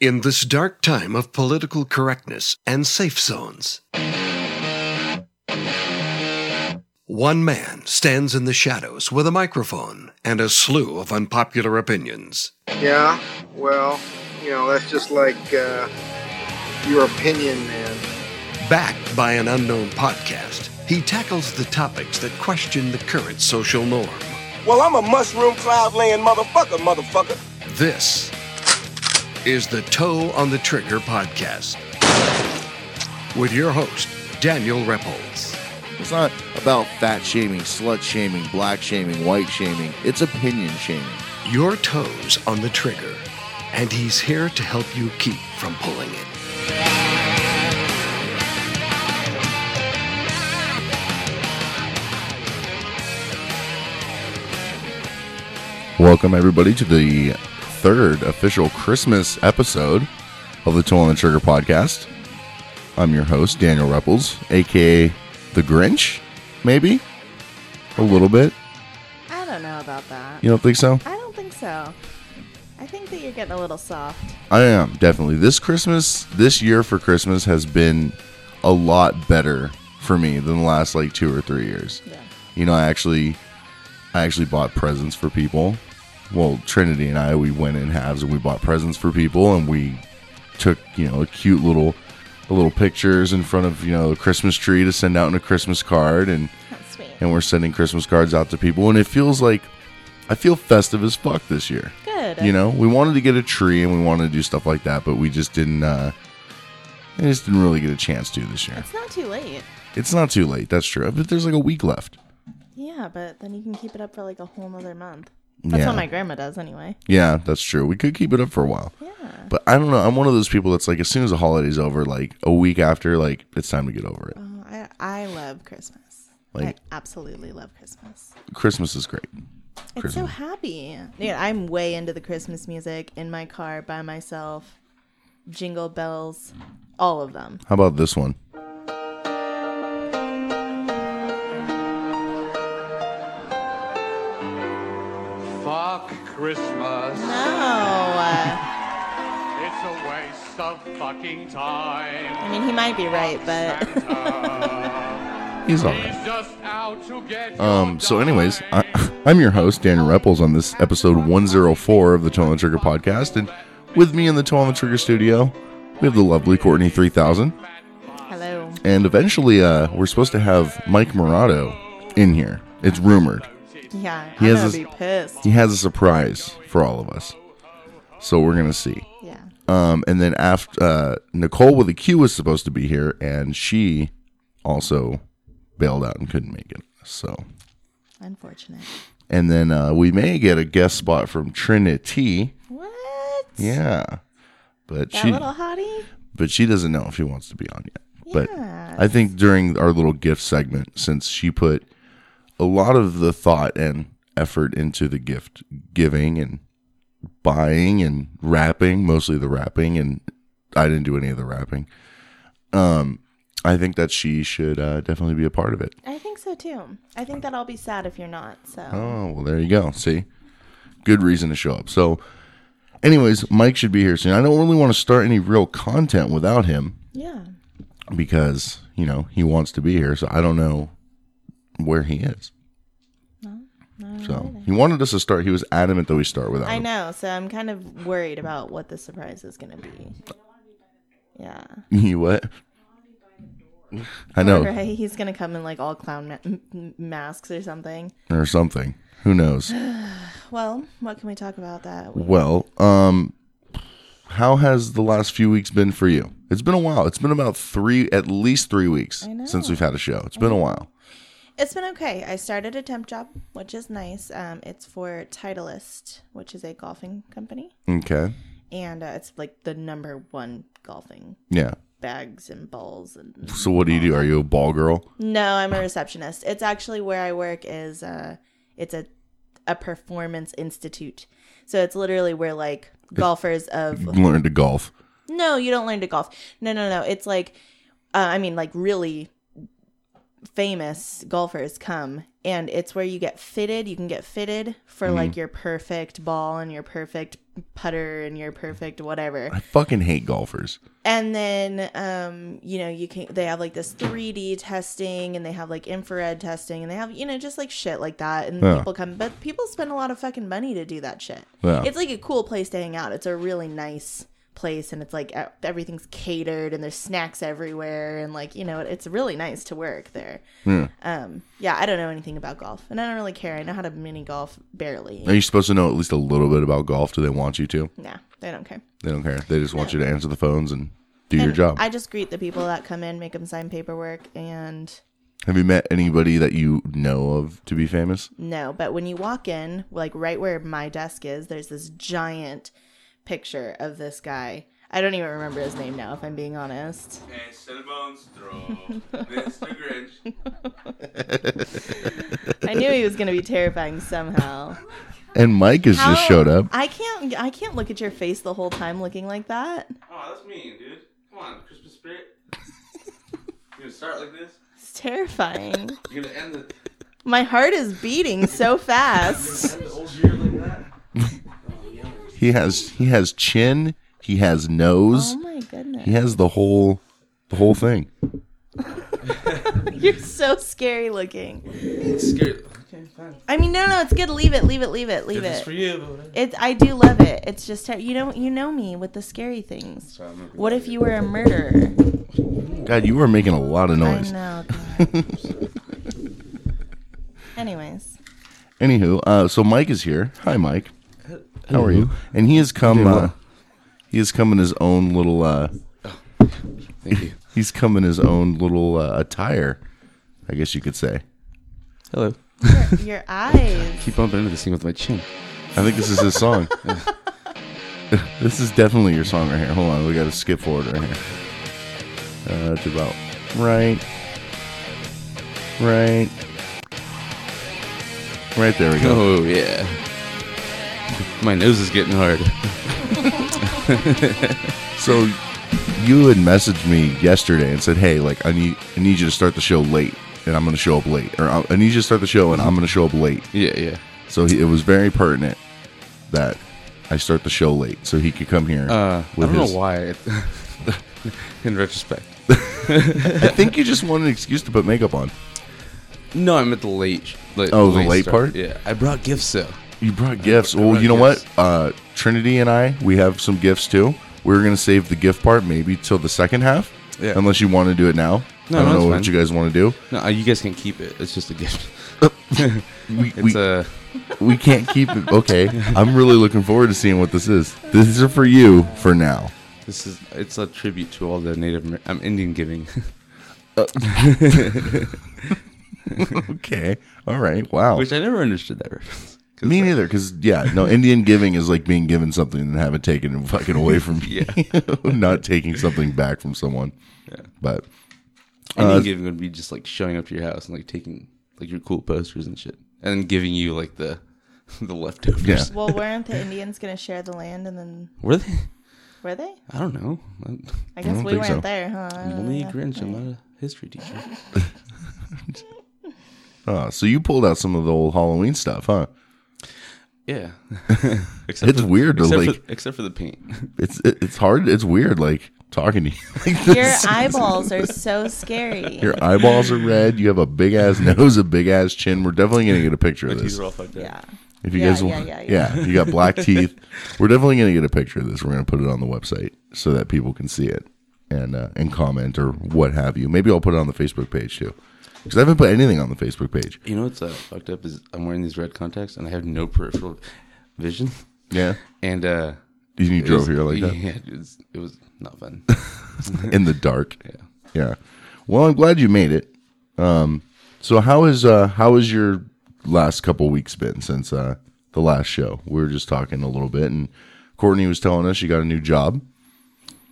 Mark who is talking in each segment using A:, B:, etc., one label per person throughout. A: in this dark time of political correctness and safe zones. One man stands in the shadows with a microphone and a slew of unpopular opinions.
B: Yeah, well, you know, that's just like uh, your opinion, man.
A: Backed by an unknown podcast, he tackles the topics that question the current social norm.
C: Well, I'm a mushroom cloud laying motherfucker, motherfucker.
A: This is the Toe on the Trigger podcast with your host, Daniel Repples.
D: It's not about fat shaming, slut shaming, black shaming, white shaming. It's opinion shaming.
A: Your toes on the trigger, and he's here to help you keep from pulling it.
D: Welcome everybody to the third official Christmas episode of the Toll on the Trigger podcast. I'm your host Daniel Repples, aka the Grinch, maybe a little bit.
E: I don't know about that.
D: You don't think so?
E: I don't think so. I think that you're getting a little soft.
D: I am definitely. This Christmas, this year for Christmas has been a lot better for me than the last like two or three years.
E: Yeah.
D: you know i actually i actually bought presents for people well trinity and i we went in halves and we bought presents for people and we took you know cute little little pictures in front of you know a christmas tree to send out in a christmas card and
E: That's sweet.
D: and we're sending christmas cards out to people and it feels like i feel festive as fuck this year
E: Good.
D: you know we wanted to get a tree and we wanted to do stuff like that but we just didn't uh i just didn't really get a chance to this year
E: It's not too late.
D: it's not too late that's true but there's like a week left
E: Yeah, but then you can keep it up for like a whole nother month. That's
D: Yeah.
E: what my grandma does anyway.
D: Yeah, that's true. We could keep it up for a while.
E: Yeah.
D: But I don't know. I'm one of those people that's like, as soon as the holiday's over, like a week after, like it's time to get over it.
E: Oh, I, I love Christmas.
D: Like-
E: I absolutely love Christmas.
D: Christmas is great.
E: It's so happy. Yeah, I'm way into the Christmas music in my car by myself. Jingle bells, all of them.
D: How about this one?
F: Fuck Christmas.
E: No.
F: It's a waste of fucking time.
E: I mean, he might be right, but
D: He's all
F: He's
D: right.
F: just out to get
D: Um.
F: your
D: So, anyways,
F: dime.
D: I, I'm your host Daniel Repples on this episode 104 of the Toe on the Trigger podcast, and with me in the Toe on the Trigger studio, we have the lovely Courtney 3000,
E: hello.
D: and eventually, uh, we're supposed to have Mike Morado in here. It's rumored.
E: Yeah,
D: He has
E: I'm gonna
D: this-
E: be pissed.
D: He has a surprise for all of us, so we're gonna see.
E: Yeah.
D: Um, and then after uh, Nicole with a Q was supposed to be here, and she also bailed out and couldn't make it. So,
E: Unfortunate.
D: and then uh, we may get a guest spot from Trinity.
E: What?
D: Yeah, but
E: That
D: she
E: little hottie?
D: but she doesn't know if she wants to be on yet. But
E: Yeah.
D: I think during our little gift segment, since she put a lot of the thought and effort into the gift giving and buying and wrapping, mostly the wrapping, and I didn't do any of the wrapping. Um, I think that she should uh, definitely be a part of it.
E: I think so too. I think that I'll be sad if you're not. So
D: Oh well, there you go. See, good reason to show up. So, anyways, Mike should be here soon. I don't really want to start any real content without him.
E: yeah,
D: because you know he wants to be here. So I don't know where he is. so he wanted us to start. He was adamant that we start without.
E: I
D: him.
E: know. So I'm kind of worried about what the surprise is going to be. Yeah,
D: You what? I know,
E: Right? He's going to come in like all clown ma- m- m- masks or something.
D: or something. Who knows?
E: Well, what can we talk about that? We-
D: Well, um, how has the last few weeks been for you? It's been a while. It's been about three, at least three weeks
E: know. Mm-hmm.
D: since we've had a show. It's been a while.
E: It's been okay. I started a temp job, which is nice. Um, it's for Titleist, which is a golfing company,
D: Okay.
E: and uh, it's like the number one golfing
D: Yeah.
E: bags and balls and
D: So what do you do? Are you a ball girl?
E: No, I'm a receptionist. It's actually where I work is uh it's a a performance institute. So it's literally where like golfers of
D: Learn to golf.
E: No, you don't learn to golf. No, no, no. It's like uh, I mean like really famous golfers come and it's where you get fitted you can get fitted for like your perfect ball and your perfect putter and your perfect whatever
D: I fucking hate golfers.
E: and then um you know you can they have like this 3d testing and they have like infrared testing and they have you know just like shit like that and
D: Yeah.
E: people come but people spend a lot of fucking money to do that shit
D: Yeah.
E: it's like a cool place to hang out it's a really nice place and it's like e- everything's catered and there's snacks everywhere and like you know it's really nice to work there
D: Hmm.
E: um yeah i don't know anything about golf and i don't really care i know how to mini golf barely
D: Are you supposed to know at least a little bit about golf? Do they want you to?
E: nah i don't care
D: They don't care. They just want you to answer the phones and do your
E: And
D: job.
E: i just greet the people that come in make them sign paperwork and
D: Have you met anybody that you know of to be famous?
E: No, but when you walk in, like right where my desk is, there's this giant picture of this guy. I don't even remember his name now, if I'm being honest.
G: el monstruo, Mr. Grinch.
E: I knew he was going to be terrifying somehow.
D: And Mike has just
E: How-
D: showed up.
E: I can't. I can't look at your face the whole time looking like that.
G: Oh, that's mean, dude. Come on, Christmas spirit. You're gonna start like this?
E: It's terrifying.
G: You're gonna end the,
E: My heart is beating so fast.
G: end the whole year like that?
D: He has he has chin. He has nose.
E: Oh my goodness.
D: He has the whole the whole thing.
E: You're so scary looking.
G: It's scary. Okay, fine.
E: I mean, no, no, it's good. Leave it. Leave it. Leave it. Leave
G: If it's
E: it.
G: for you, but whatever.
E: It's I do love it. It's just ter- you know you know me with the scary things.
G: Sorry, I'm not gonna
E: What if you were a murderer?
D: God, you were making a lot of
E: I
D: noise.
E: know. God. Anyways,
D: Anywho, uh, so Mike is here. Hi, Mike. How are you? And he has come. Uh, he has come in his own little. Uh,
H: Thank you.
D: he's come in his own little uh, attire. I guess you could say.
H: Hello.
E: your eyes.
H: Keep bumping into this thing with my chin.
D: I think this is his song. this is definitely your song right here. Hold on, we got to skip forward right here. Uh, it's about right, right, right. There we go.
H: Oh yeah. My nose is getting hard.
D: So you had messaged me yesterday and said, "Hey, like I need I need you to start the show late, and I'm going to show up late, or I I need you to start the show, and I'm going to show up late."
H: Yeah, yeah.
D: So he, it was very pertinent that I start the show late so he could come here.
H: Uh, I don't
D: his-
H: know why. In retrospect,
D: I think you just wanted an excuse to put makeup on.
H: no, I'm at the late. late
D: Oh, the late part?
H: Yeah, I brought gifts though.
D: You brought gifts. Well,
H: brought
D: you know
H: gifts.
D: what? Uh, Trinity and I, we have some gifts too. We are gonna save the gift part maybe till the second half,
H: Yeah.
D: unless you want to do it now.
H: No,
D: I
H: no,
D: don't know
H: it's
D: what
H: fine.
D: you guys want to
H: No, uh, you guys can keep it. It's just a gift.
D: do. We,
H: It's uh,
D: we,
H: a
D: we can't keep it. Okay, I'm really looking forward to seeing what this is. These are for you for now.
H: this is it's a tribute to all the Native Amer- um, Indian giving.
D: Okay. All right. Wow.
H: Which I never understood that reference. 'Cause,
D: Me
H: like,
D: neither, because yeah, no. Indian giving is like being given something and having taken and fucking away from you, not taking something back from someone. But
H: Indian giving would be just like showing up to your house and like taking like your cool posters and shit, and then giving you like the the leftovers.
D: yeah,
E: Well, weren't the Indians gonna share the land and then
H: Were they?
E: were they?
H: I don't know.
E: I guess
D: don't
E: we
D: think
E: weren't
D: so.
E: there, huh? I
H: I'm
E: don't
H: only a
E: know.
H: Grinch. I'm not a history teacher.
D: uh, so you pulled out some of the old Halloween stuff, huh?
H: Yeah. except
D: It's weird to
H: except,
D: like.
H: for, except for the paint.
D: It's it, it's hard. It's weird, like talking to you. Like
E: Your
D: this.
E: eyeballs are so scary.
D: Your eyeballs are red. You have a big ass nose, a big ass chin. We're definitely gonna get a picture of this.
H: These are all fucked up.
E: yeah.
D: If you
E: Yeah,
D: guys
E: yeah,
D: want, yeah,
E: yeah, yeah.
D: you got black teeth. We're definitely going to get a picture of this. We're going to put it on the website so that people can see it and uh, and comment or what have you. Maybe I'll put it on the Facebook page too, because I haven't put anything on the Facebook page.
H: You know what's uh, fucked up is I'm wearing these red contacts and I have no peripheral vision.
D: Yeah,
H: And uh
D: you, you
H: it
D: drove
H: was-
D: here like that
H: Yeah, it was, it was not fun.
D: in the dark.
H: Yeah.
D: Yeah. Well, I'm glad you made it. Um, so how is uh, how has your last couple weeks been since uh, the last show? We were just talking a little bit, and Courtney was telling us she got a new job.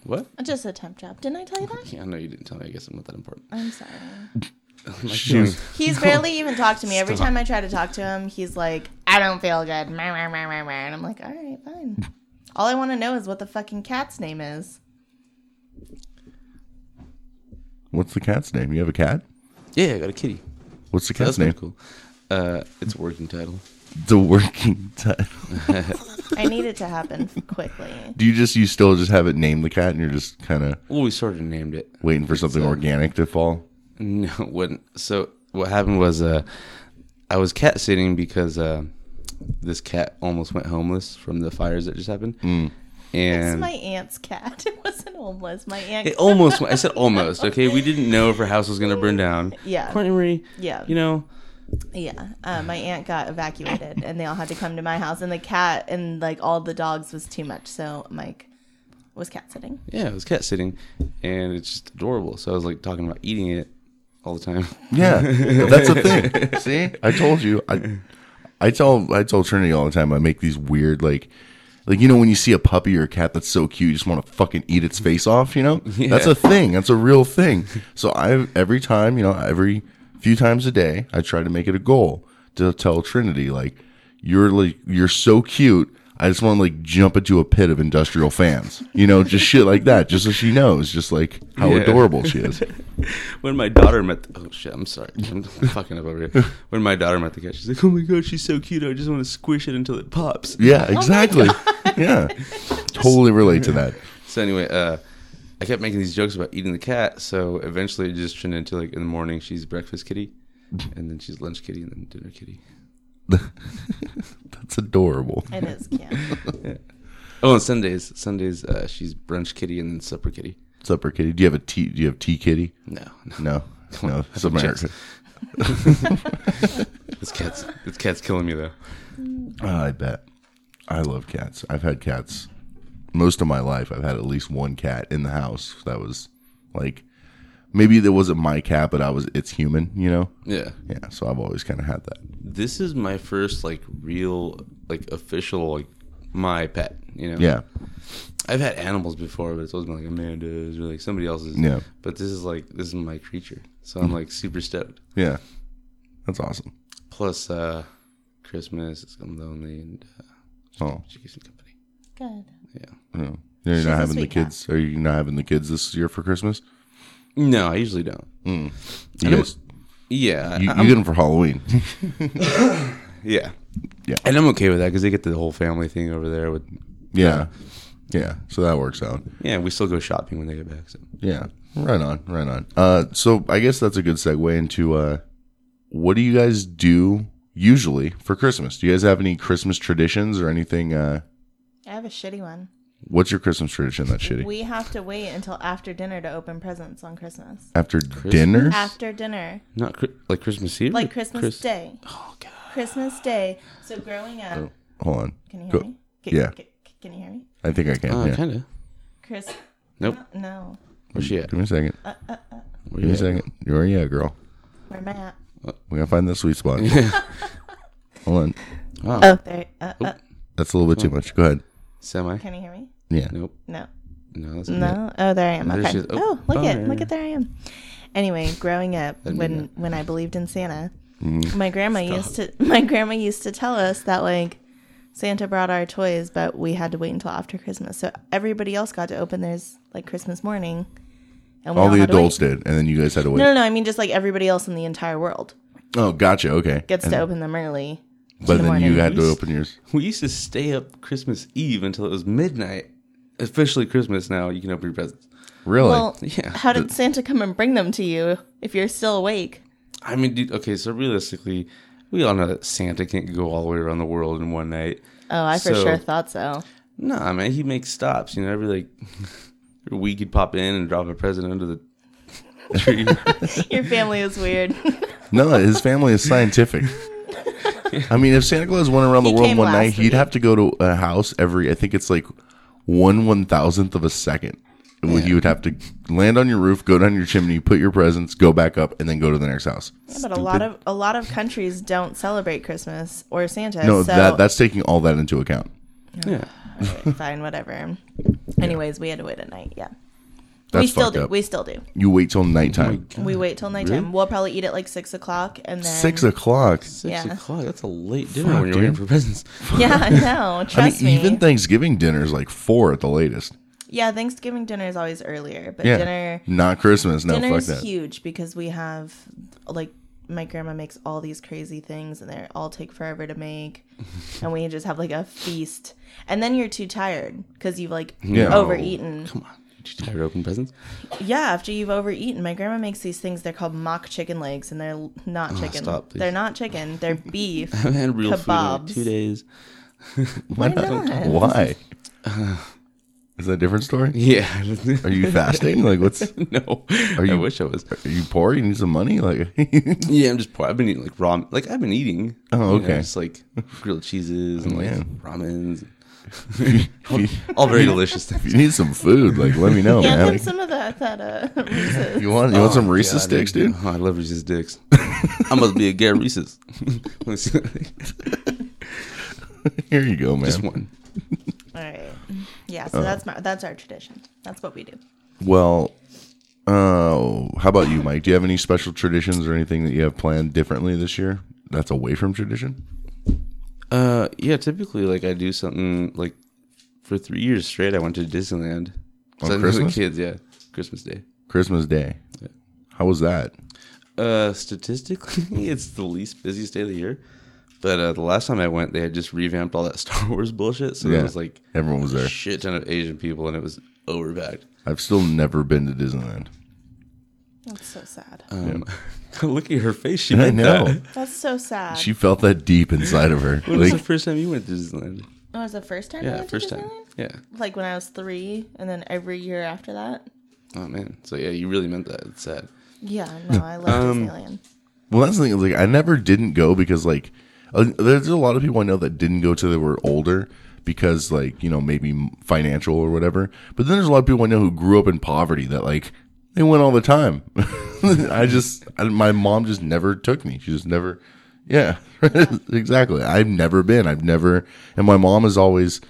H: What?
E: Just a temp job. Didn't I tell you that?
H: Yeah, no, you didn't tell me. I guess I'm not that important.
E: I'm sorry.
H: My
D: She was-
H: feelings-
E: He's barely even talked to me. Every time I try to talk to him, he's like, I don't feel good. Meh, meh, meh, meh, meh. And I'm like, all right, fine. All I want to know is what the fucking cat's name is.
D: What's the cat's name? You have a cat?
H: Yeah, I got a kitty.
D: What's the
H: So
D: cat's
H: that's pretty
D: name?
H: cool. Uh, it's a working title.
D: The working title.
E: I need it to happen quickly.
D: Do you just you still just have it name the cat and you're just kind of
H: Well, we sort of named it.
D: waiting for something
H: uh,
D: organic to fall?
H: No, when so what happened was uh, I was cat sitting because uh, this cat almost went homeless from the fires that just happened,
E: It's
H: and
E: my aunt's cat. It wasn't homeless. My aunt.
H: it almost went. I said almost. Okay, we didn't know if her house was gonna burn down.
E: Yeah.
H: Courtney Marie.
E: Yeah.
H: you know,
E: Yeah, uh, my aunt got evacuated, and they all had to come to my house. And the cat and like all the dogs was too much, so Mike was cat sitting.
H: yeah, it was cat sitting, and it's just adorable. So I was like talking about eating it all the time.
D: Yeah, that's a thing. See, I told you. I I tell I tell Trinity all the time. I make these weird like. Like you know when you see a puppy or a cat that's so cute, you just want to fucking eat its face off. You know that's a thing. That's a real thing. So I every time you know every few times a day, I try to make it a goal to tell Trinity like you're like you're so cute. I just want to like jump into a pit of industrial fans. You know, just shit like that, just so she knows, just like how
H: Yeah.
D: adorable she is.
H: When my daughter met, the, oh shit, I'm sorry, I'm fucking up over here. When my daughter met the cat, she's like, "Oh my god, she's so cute! I just want to squish it until it pops."
D: Yeah, exactly. yeah. Totally relate to that.
H: So anyway, uh, I kept making these jokes about eating the cat. So eventually, it just turned into like in the morning, she's breakfast kitty, and then she's lunch kitty, and then dinner kitty.
D: That's adorable.
E: It is cute.
H: Oh, on Sundays, Sundays uh, she's brunch kitty and then supper kitty.
D: What's up, kitty? Do you have a tea do you have tea kitty?
H: No, no,
D: No. No. It's America.
H: this cat's this cat's killing me though.
D: Ah, I bet. I love cats. I've had cats most of my life. I've had at least one cat in the house that was like maybe that wasn't my cat, but I was it's human, you know?
H: Yeah,
D: Yeah. So I've always kinda had that.
H: this is my first like real like official like my pet. You know.
D: Yeah.
H: I've had animals before, but it's always been like Amanda's or like somebody else's.
D: Yeah. Mm-hmm.
H: But this is like this is my creature, so I'm like super stoked.
D: Yeah. That's awesome.
H: Plus, uh, Christmas, it's- I'm lonely, and uh,
D: Oh.
H: she gives me company.
E: Good.
D: Yeah. You're
E: She's a
D: not having the
E: sweet cat.
D: kids. Are you not having the kids this year for Christmas?
H: No, I usually don't.
D: You
H: don't-
D: guys,
H: Yeah,
D: you,
H: I-
D: you get them for Halloween.
H: yeah,
D: Yeah.
H: And I'm okay with that because they get the whole family thing over there. With
D: Yeah. Yeah. So that works out.
H: yeah, we still go shopping when they get back. So
D: Yeah. Right on. Right on. Uh, so I guess that's a good segue into uh, what do you guys do usually for Christmas? Do you guys have any Christmas traditions or anything? Uh,
E: I have a shitty one.
D: what's your Christmas tradition that's shitty?
E: We have to wait until after dinner to open presents on Christmas.
D: After dinner?
E: After dinner,
H: not cri- like Christmas Eve,
E: like Christmas
H: Chris-
E: Day. Oh God. Christmas Day. So growing up,
D: Hold on.
E: can you hear
D: Oh. Go-
E: me? Can,
D: Yeah.
E: Can, can you hear me?
D: I think I can.
H: Oh,
D: yeah.
H: kind of.
E: Chris. Oh,
H: Nope.
E: No.
H: Where's she at?
D: Give me a second.
E: Uh,
H: Where
D: Give me
H: you
D: a
H: at?
D: second. You're yeah, girl.
E: Where am I at?
D: We gotta find that sweet spot. Hold on.
E: Oh, there. Uh, uh,
D: That's a little bit too much. Go ahead.
H: Semi.
E: can you hear me?
D: Yeah.
H: Nope.
E: No.
H: No. That's Not
E: No. Oh, there I am.
H: There
E: Okay.
H: she is.
E: Oh,
H: Oh,
E: look at look
H: bummer.
E: at there I am. Anyway, growing up, when when I believed in Santa,
H: Mm.
E: my grandma used to my grandma used to tell us that like Santa brought our toys, but we had to wait until after Christmas. So everybody else got to open theirs like Christmas morning. And we
D: All the
E: had to wait.
D: adults did, and then you guys had to wait.
E: No, no, no. I mean, just like everybody else in the entire world
D: Oh, gotcha. Okay.
E: gets to open them early.
D: But
E: the
D: then
E: morning.
D: you had to open yours.
H: We used to stay up Christmas Eve until it was midnight. Officially Christmas now. You can open your presents.
D: Really?
E: Well,
H: Yeah.
E: how did Santa come and bring them to you if you're still awake?
H: I mean, dude, okay, so realistically, we all know that Santa can't go all the way around the world in one night.
E: Oh, I for
H: So-
E: sure thought so.
H: Nah, man, he makes stops. You know, every like every week he'd pop in and drop a present under the tree.
E: Your family is weird.
D: no, his family is scientific. I mean, if Santa Claus went around the
E: He
D: world
E: came
D: one night,
E: last
D: he'd have to go to a house every, I think it's like one one thousandth of a second. When He would have to land on your roof, go down your chimney, put your presents, go back up, and then go to the next house.
E: But a lot of a lot of countries don't celebrate Christmas or Santa.
D: No,
E: so
D: that that's taking all that into account.
H: yeah.
E: fine, whatever. Anyways, we had to wait at night. Yeah,
D: That's
E: we still
D: fucked
E: do.
D: Up.
E: We Oh still do.
D: you wait till nighttime.
E: We wait till nighttime. We'll probably eat at like six o'clock and then
D: Six o'clock.
H: Six
E: Yeah.
H: o'clock. That's a late dinner
D: Fuck,
H: when you're waiting
D: dude.
H: for presents.
E: Yeah, I know.
D: I mean,
E: Trust me.
D: even Thanksgiving dinner is like four at the latest.
E: Yeah, Thanksgiving dinner is always earlier, but
D: Yeah,
E: dinner
D: not Christmas. No,
E: dinner
D: fuck
E: is
D: that.
E: huge because we have like my grandma makes all these crazy things and they all take forever to make and we just have like a feast and then you're too tired because you've like
D: Yeah.
E: overeaten
H: Come on. Aren't you tired of open presents?
E: yeah after you've overeaten my grandma makes these things they're called mock chicken legs and they're l- not chicken
H: stop, please.
E: they're not chicken they're beef
H: I've had real food in like
E: Kebabs.
H: two days.
D: Why
E: Why not?
D: Why? Is that a different story?
H: Yeah.
D: Are you fasting? Like, what's? Are
H: no. I
D: you-
H: wish I was.
D: you poor? You need some money? Like,
H: Yeah, I'm just poor. I've been eating like ramen. Like I've been eating.
D: Oh,
H: you know,
D: okay. Oh,
H: just like grilled cheeses and like ramens.
D: if you-
H: All very delicious
D: if
H: things.
D: you need some food, like, let me know,
E: and
D: man.
E: then
D: Like,
E: some of that that uh Reese's.
D: you want you want some Reese's
H: Yeah, I
D: sticks,
H: mean,
D: dude?
H: Oh, I love Reese's dicks. I must be a gay Reese's.
D: Here you go, man.
H: just one.
E: all right yeah so that's my that's our tradition that's what we do
D: Well, oh, how about you, Mike? Do you have any special traditions or anything that you have planned differently this year? That's away from tradition.
H: Uh, yeah. Typically, like I do something like for three years straight. I went to Disneyland. So
D: On
H: I was
D: Christmas?
H: with kids, yeah, Christmas Day.
D: Christmas Day. How was that?
H: Uh, statistically, it's the least busiest day of the year. But uh, the last time I went, they had just revamped all that Star Wars bullshit, so
D: Yeah.
H: there was like
D: Everyone was there.
H: shit ton of Asian people, and it was overpacked.
D: I've still never been to Disneyland.
E: that's so sad
H: Um, Look at her face; she
D: I
H: meant
D: know.
H: that.
E: that's so sad
D: She felt that deep inside of her.
H: When was the
D: Like,
H: first time you went to Disneyland?
E: It was the first time. I
H: Yeah,
E: went to
H: first time.
E: Disneyland?
H: Yeah.
E: Like when I was three, and then every year after that.
H: Oh man. So yeah, you really meant that. It's sad.
E: Yeah, no, I love
H: Um,
E: Disneyland.
D: well, that's the thing. Like, I never didn't go because, like, uh, there's a lot of people I know that didn't go till they were older because, like, you know, maybe financial or whatever. But then there's a lot of people I know who grew up in poverty that, like, they went all the time. I just, I, my mom just never took me. She just never, yeah, exactly. I've never been. I've never, and my mom is always,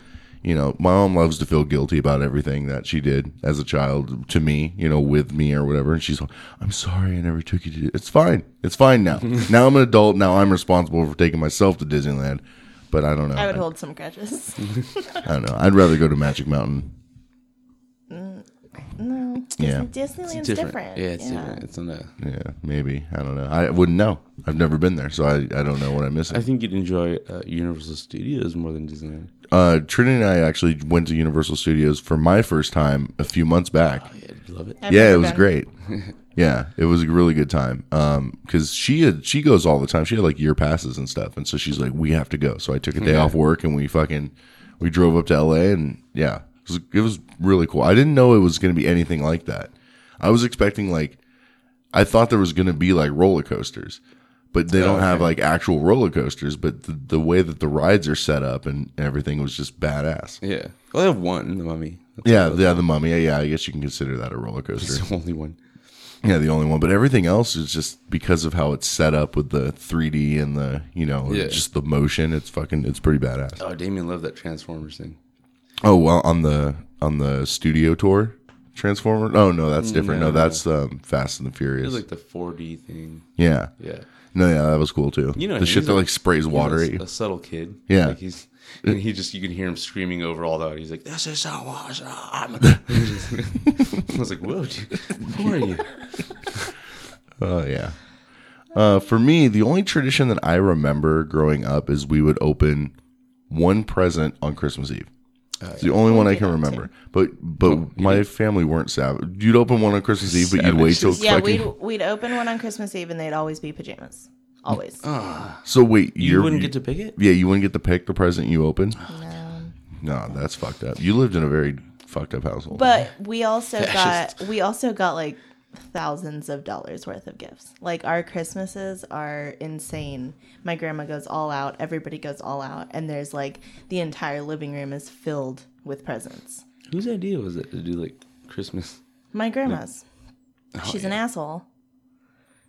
D: you know, my mom loves to feel guilty about everything that she did as a child to me, you know, with me or whatever. And she's like, I'm sorry I never took you to It's fine. It's fine now. now I'm an adult. Now I'm responsible for taking myself to Disneyland. But I don't know.
E: I would hold some grudges.
D: I don't know. I'd rather go to Magic Mountain.
E: no,
D: Yeah.
E: Disneyland's different.
H: Different. Yeah, it's different. It's on a.
D: Yeah, maybe. I don't know. I wouldn't know. I've never been there, so I, I don't know what I'm missing.
H: I think you'd enjoy uh, Universal Studios more than Disneyland.
D: uh, Trinity and I actually went to Universal Studios for my first time a few months back.
H: Yeah, I'd love it.
E: I've
D: yeah,
E: never
D: it was
E: been.
D: great. yeah, it was a really good time. Um, because she had, she goes all the time. She had like year passes and stuff, and so she's like, we have to go. So I took a day off work and we fucking we drove up to L.A. and yeah, it was, it was really cool. I didn't know it was going to be anything like that. I was expecting like I thought there was going to be like roller coasters, but they don't have like actual roller coasters. But the, the way that the rides are set up and everything was just badass.
H: Yeah. Well, I have one, the mummy. That's
D: Yeah, yeah, the mummy. Yeah, yeah, I guess you can consider that a roller coaster.
H: the only one.
D: Yeah, the only one. But everything else is just because of how it's set up with the 3D and the, you know,
H: Yeah.
D: just the motion. It's fucking, it's pretty badass.
H: Oh, Damien loved that Transformers thing.
D: Oh well, on the on the studio tour, Transformer. Oh no, that's different. No, that's um, Fast and the
H: It
D: Furious.
H: was like the 4D thing.
D: yeah.
H: Yeah.
D: No, yeah, that was cool too.
H: You know
D: the
H: him,
D: shit
H: he's
D: that
H: a-
D: like sprays
H: He's
D: water.
H: a-
D: at you.
H: A, subtle kid.
D: Yeah.
H: Like he's. And he just, you can hear him screaming over all that. He's like, this is so awesome. I was like, whoa, dude. Who are you?
D: Oh yeah. Uh, for me, the only tradition that I remember growing up is we would open one present on Christmas Eve.
H: Oh,
D: It's the only one I can remember. But but my family weren't savage. You'd open one on Christmas Eve, but you'd wait till
E: Yeah, we'd
D: fucking.
E: we'd open one on Christmas Eve, and they'd always be pajamas. Always.
H: Oh,
D: So wait,
H: You
D: you're-
H: wouldn't get to pick it?
D: Yeah, you wouldn't get to pick the present you opened.
E: No.
D: No, that's fucked up. You lived in a very fucked up household.
E: But we also got we also got like thousands of dollars worth of gifts. Like our Christmases are insane. My grandma goes all out, everybody goes all out, and there's like the entire living room is filled with presents.
H: Whose idea was it to do like Christmas?
E: My grandma's. She's an asshole.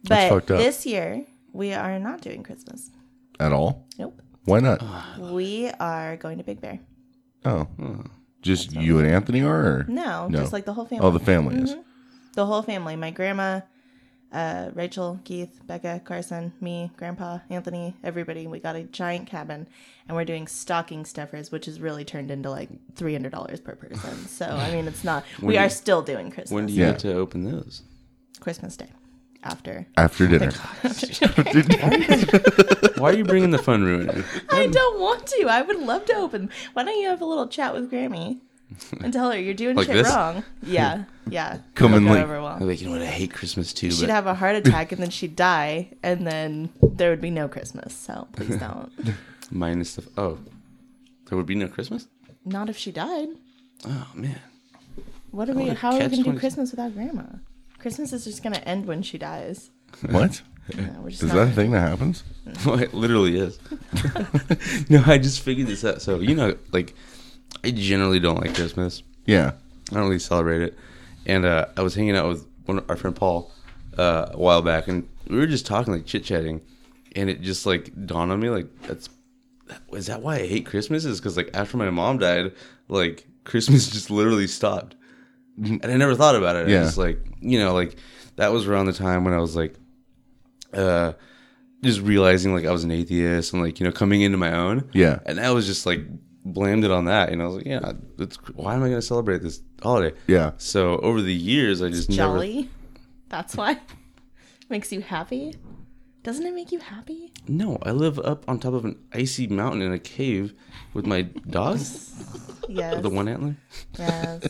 D: That's
E: But
D: fucked up.
E: this year we are not doing Christmas.
D: at all?
E: Nope.
D: Why not?
E: We are going to Big Bear.
D: Oh, just you and Anthony are. Or?
E: No, just like the whole family. Mm-hmm.
D: Oh, the family is.
E: the whole family. My grandma, uh, Rachel, Keith, Becca, Carson, me, Grandpa, Anthony, everybody. We got a giant cabin, and we're doing stocking stuffers, which has really turned into like three hundred dollars per person. So I mean, it's not. we are still doing Christmas.
H: When do you
D: Yeah.
H: get to open those?
E: Christmas Day, after.
H: Oh,
D: after dinner.
H: Why are you bringing the fun ruin in?
E: I don't want to. I would love to open. Why don't you have a little chat with Grammy and tell her you're doing
H: Like
E: shit
H: this?
E: wrong? Yeah, yeah.
D: Come
E: It'll
D: and
E: go
D: like-
E: over well.
H: I'm like, you know what? I hate Christmas too.
E: She'd
H: But
E: have a heart attack and then she'd die, and then there would be no Christmas. So please don't.
H: minus the oh, there would be no Christmas.
E: Not if she died.
H: Oh man,
E: What are we?
H: would
E: How are we
H: catch
E: gonna do
H: 20
E: Christmas without Grandma? Christmas is just gonna end when she dies.
D: what?
E: No, we're just
D: Is
E: not-
D: that a thing that happens?
H: Well, it literally is. no, I just figured this out. So you know, like, I generally don't like Christmas.
D: Yeah.
H: I don't really celebrate it. And uh, I was hanging out with one of our friend Paul uh, a while back, and we were just talking, like chit chatting, and it just like dawned on me, like that's is that why I hate Christmas? Is because like after my mom died, like Christmas just literally stopped, and I never thought about it.
D: Yeah.
H: I just like you know like that was around the time when I was like, uh, just realizing like I was an atheist and like you know coming into my own.
D: Yeah.
H: and I was just like blamed it on that, and I was like, yeah, it's, why am I gonna celebrate this holiday?
D: Yeah.
H: So over the years, I just
E: Jolly. That's why. Makes you happy. Doesn't it make you happy?
H: never. No, I live up on top of an icy mountain in a cave with my dogs,
E: Yes.
H: the one antler.
E: Yes.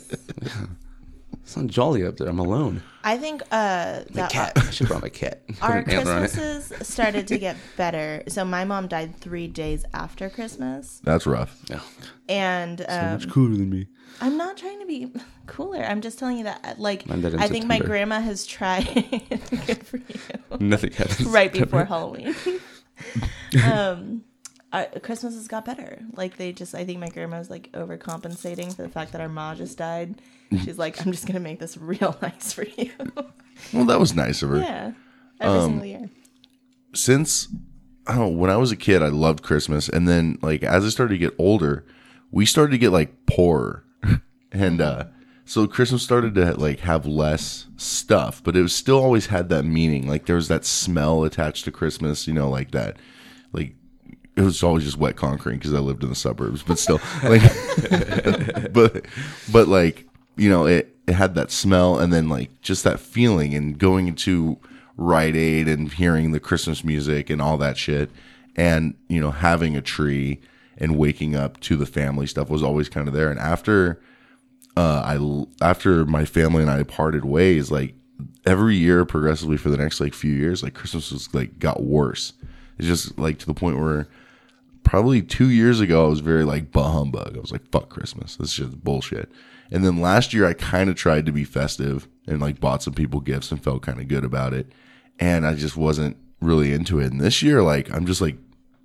H: It's not jolly up there. I'm alone.
E: I think uh,
H: My
E: that
H: cat. I should brought my cat. Put
E: our
H: an antler on it.
E: Christmases started to get better. So my mom died three days after Christmas,
D: That's rough.
H: Oh,
E: and um,
H: much cooler than me.
E: I'm not trying to be cooler. I'm just telling you that, uh, like,
H: Mine died in
E: I think my
H: September. Mm.
E: grandma has tried. Good for you.
H: Nothing happens.
E: right before Halloween. um, I, Christmas has got better. Like they just, I think my grandma's like overcompensating for the fact that our ma just died. She's like, I'm just gonna make this real nice for you.
D: Well, that was nice of her.
E: yeah, every
H: Um,
E: single year.
D: since I don't know, when I was a kid, I loved Christmas, and then like as I started to get older, we started to get like poorer, and uh, so Christmas started to like have less stuff, but it was still always had that meaning. Like there was that smell attached to Christmas, you know, like that, like it was always just wet concrete because I lived in the suburbs, but still, like, but but like you know, it it had that smell, and then like just that feeling, and going into Rite Aid and hearing the Christmas music and all that shit, and you know, having a tree and waking up to the family stuff was always kind of there, and after uh, I l- after my family and I parted ways, like every year progressively for the next like few years, like Christmas was like got worse. It's just like to the point where probably two years ago I was very like bah humbug. I was like fuck Christmas, this shit's bullshit. And then last year I kind of tried to be festive and like bought some people gifts and felt kind of good about it. And I just wasn't really into it. And this year, like I'm just like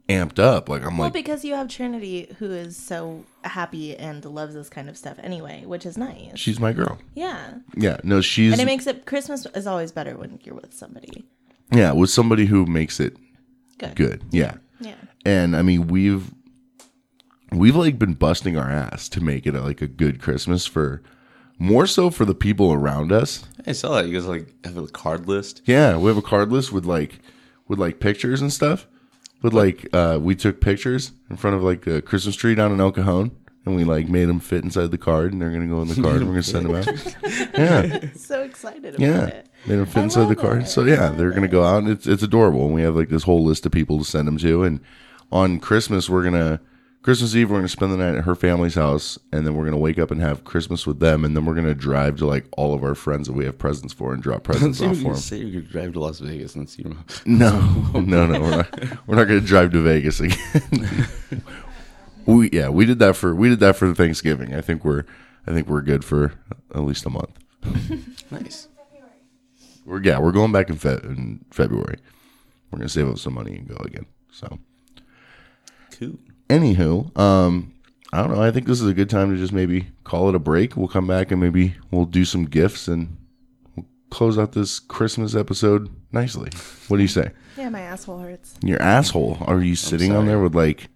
D: amped up. Like I'm
E: Well,
D: like
E: because you have Trinity, who is so happy and loves this kind of stuff anyway, which is nice.
D: she's my girl.
E: Yeah,
D: Yeah, no, she's
E: and it makes it Christmas is always better when you're with somebody.
D: yeah with somebody who makes it
E: Good.
D: good. Yeah.
E: Yeah.
D: and I mean we've we've like been busting our ass to make it like a good Christmas for more so for the people around us.
H: I saw that you guys like have a card list.
D: Yeah, we have a card list with like with like pictures and stuff. With like uh, we took pictures in front of like a Christmas tree down in El Cajon. And we like made them fit inside the card, and they're gonna go in the card, and we're gonna send them out. Yeah,
E: So excited about
D: yeah,
E: it.
D: made them
E: I
D: fit inside the
E: love
D: card.
E: it.
D: So yeah, they're gonna go out, and it's it's adorable. And we have like this whole list of people to send them to. And on Christmas, we're gonna Christmas Eve, we're gonna spend the night at her family's house, and then we're gonna wake up and have Christmas with them, and then we're gonna drive to like all of our friends that we have presents for and drop presents
H: See,
D: off
H: we
D: for
H: could
D: them.
H: say you could drive to Las Vegas and see your mom.
D: No, no, no. We're not, we're not going to drive to Vegas again. we yeah, we did that for we did that for Thanksgiving. I think we're I think we're good for at least a month.
H: Nice.
D: We're yeah, we're going back in, Fe- in February. We're gonna save up some money and go again. So,
H: Cool.
D: anywho, um, I don't know. I think this is a good time to just maybe call it a break. We'll come back and maybe we'll do some gifts and we'll close out this Christmas episode nicely. What do you say?
E: Yeah, my asshole hurts.
D: Your asshole. Are you sitting on
H: sorry.
D: there with like,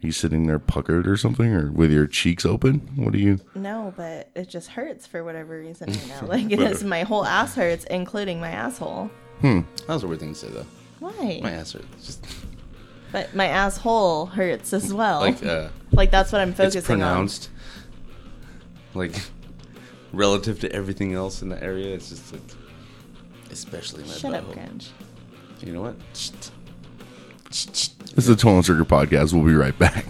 D: are you sitting there puckered or something, or with your cheeks open? What do you?
E: No, but it just hurts for whatever reason right now. Like it is my whole ass hurts, including my asshole.
H: That was a weird thing to say though.
E: Why?
H: My ass hurts. Just
E: but my asshole hurts as well.
H: like uh,
E: Like, that's what I'm focusing
H: it's pronounced. Like relative to everything else in the area, it's just like especially my
E: on. Shut up,
H: butthole.
E: cringe.
H: You know what?
D: This is the Toll and Trigger podcast. We'll be right back.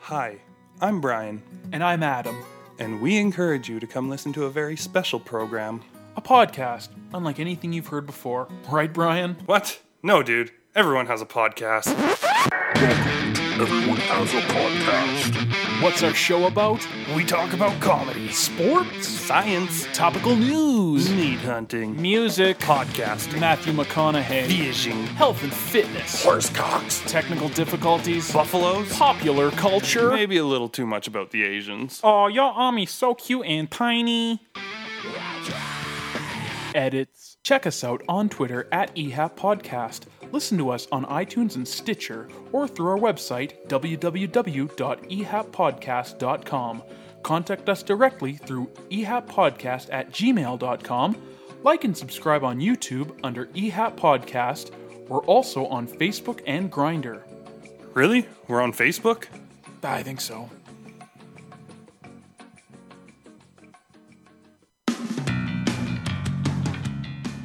I: Hi, I'm Brian.
J: And I'm Adam.
I: and we encourage you to come listen to a very special program.
J: A podcast, unlike anything you've heard before. Right, Brian?
I: What? No, dude. Everyone has a podcast.
J: What's our show about?
I: We talk about comedy,
J: Sports?
I: science,
J: Topical news?
I: need hunting,
J: Music?
I: podcasting,
J: Matthew McConaughey?
I: fishing,
J: Health and fitness?
I: horsecocks,
J: Technical difficulties?
I: buffaloes.
J: Popular culture?
I: Maybe a little too much about the Asians.
J: Aw, y'all army so cute and tiny. Edits. Check us out on Twitter at EHAP Podcast. Listen to us on iTunes and Stitcher, or through our website, www.ehappodcast.com. Contact us directly through ehappodcast at gmail.com. Like and subscribe on YouTube under EHAP Podcast. We're also on Facebook and Grindr.
I: Really? We're on Facebook?
J: I think so.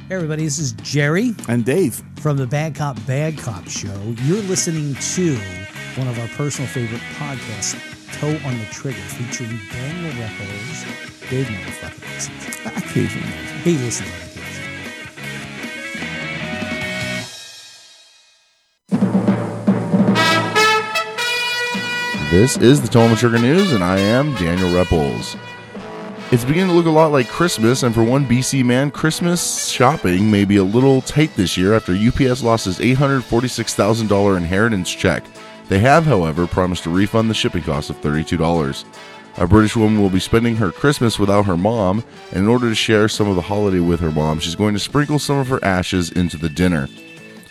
K: Hey everybody, this is Jerry
D: And Dave.
K: from the Bad Cop Bad Cop Show. You're listening to one of our personal favorite podcasts, Toe on the Trigger, featuring Daniel Repples. Dave motherfucking listens.
D: Occasionally.
K: He listens on occasion.
D: This is the Tolman Sugar News, and I am Daniel Repples. It's beginning to look a lot like Christmas, and for one BC man, Christmas shopping may be a little tight this year after UPS lost his $846,000 inheritance check. They have, however, promised to refund the shipping cost of $32. A British woman will be spending her Christmas without her mom, and in order to share some of the holiday with her mom, she's going to sprinkle some of her ashes into the dinner.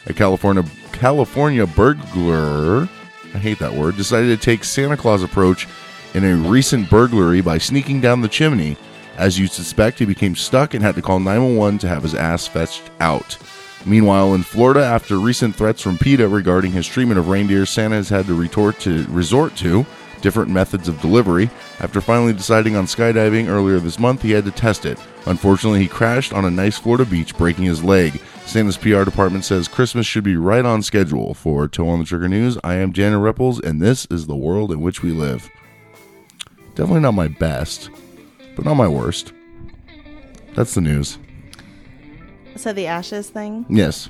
D: A California California burglar, I hate that word, decided to take Santa Claus approach in a recent burglary by sneaking down the chimney. As you'd suspect, he became stuck and had to call 911 to have his ass fetched out. Meanwhile, in Florida, after recent threats from PETA regarding his treatment of reindeer, Santa has had to retort to resort to different methods of delivery. After finally deciding on skydiving earlier this month, he had to test it. Unfortunately, he crashed on a nice Florida beach, breaking his leg. Santa's PR department says Christmas should be right on schedule. For Toe on the Trigger News, I am Jana Repples, and this is the world in which we live. Definitely not my best, but not my worst. That's the news.
E: So, the ashes thing?
D: Yes.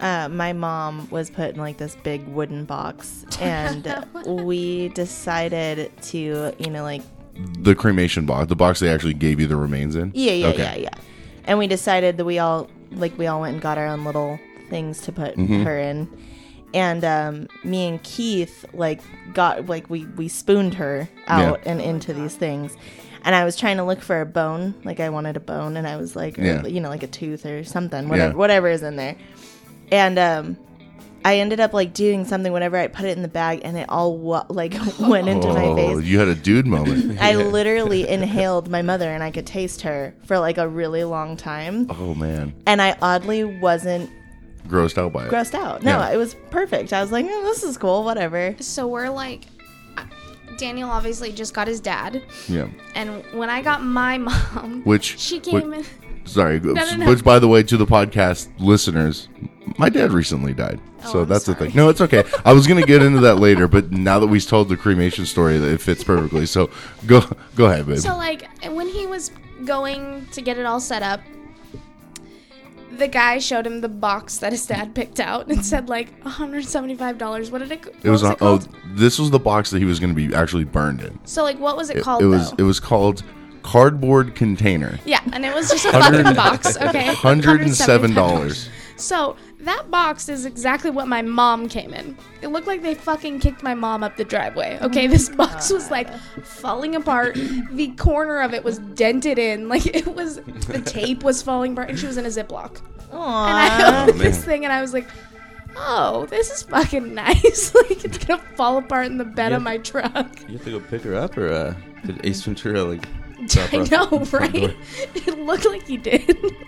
E: uh, my mom was put in like this big wooden box, and we decided to, you know, like
D: The cremation box, the box they actually gave you the remains in?
E: yeah, yeah,
D: Okay.
E: yeah, yeah. And we decided that we all like we all went and got our own little things to put
D: Mm-hmm.
E: her in, and um, me and Keith like got like we we spooned her out and into these things. And I was trying to look for a bone, like I wanted a bone, and I was like, or,
D: Yeah.
E: you know, like a tooth or something, whatever, whatever is in there. And um, I ended up like doing something whenever I put it in the bag, and it all wa- like went into my
D: Oh,
E: face.
D: you had a dude moment.
E: I literally inhaled my mother and I could taste her for like a really long time.
D: oh, man.
E: And I oddly wasn't
D: Grossed out by it.
E: grossed out. No,
D: Yeah.
E: it was perfect. I was like, "Eh, this is cool, whatever.
L: So we're like, I- Daniel obviously just got his dad,
D: Yeah.
L: and when I got my mom,
D: Which.
L: she
D: what-
L: came in.
D: Sorry,
L: no, no.
D: which by the way, to the podcast listeners, my dad recently died, so
L: Oh, I'm
D: that's the
L: sorry.
D: thing. No, it's okay. I was gonna get into that later, but now that we've told the cremation story, it fits perfectly. So go, go ahead, babe.
L: So like when he was going to get it all set up, the guy showed him the box that his dad picked out and said like 175 dollars. What did it? What
D: it was, on, oh,
L: called?
D: this was the box that he was gonna be actually burned in.
L: So like what was it,
D: It,
L: called?
D: it was,
L: though?
D: it was called cardboard container.
L: yeah, and it was just a fucking box. Okay,
D: Hundred and seven dollars.
L: So that box is exactly what my mom came in. It looked like they fucking kicked my mom up the driveway. Okay, this box was like falling apart. The corner of it was dented in. Like it was
H: Oh,
L: the tape was falling apart and she was in a Ziploc. And I opened this thing and I was like, oh, this is fucking nice. like it's gonna fall apart in the bed
H: Yeah.
L: of my truck.
H: You have to go pick her up, or uh, did Ace Ventura like? drop her
L: I
H: off at
L: know,
H: the front door?
L: right? it looked like he did.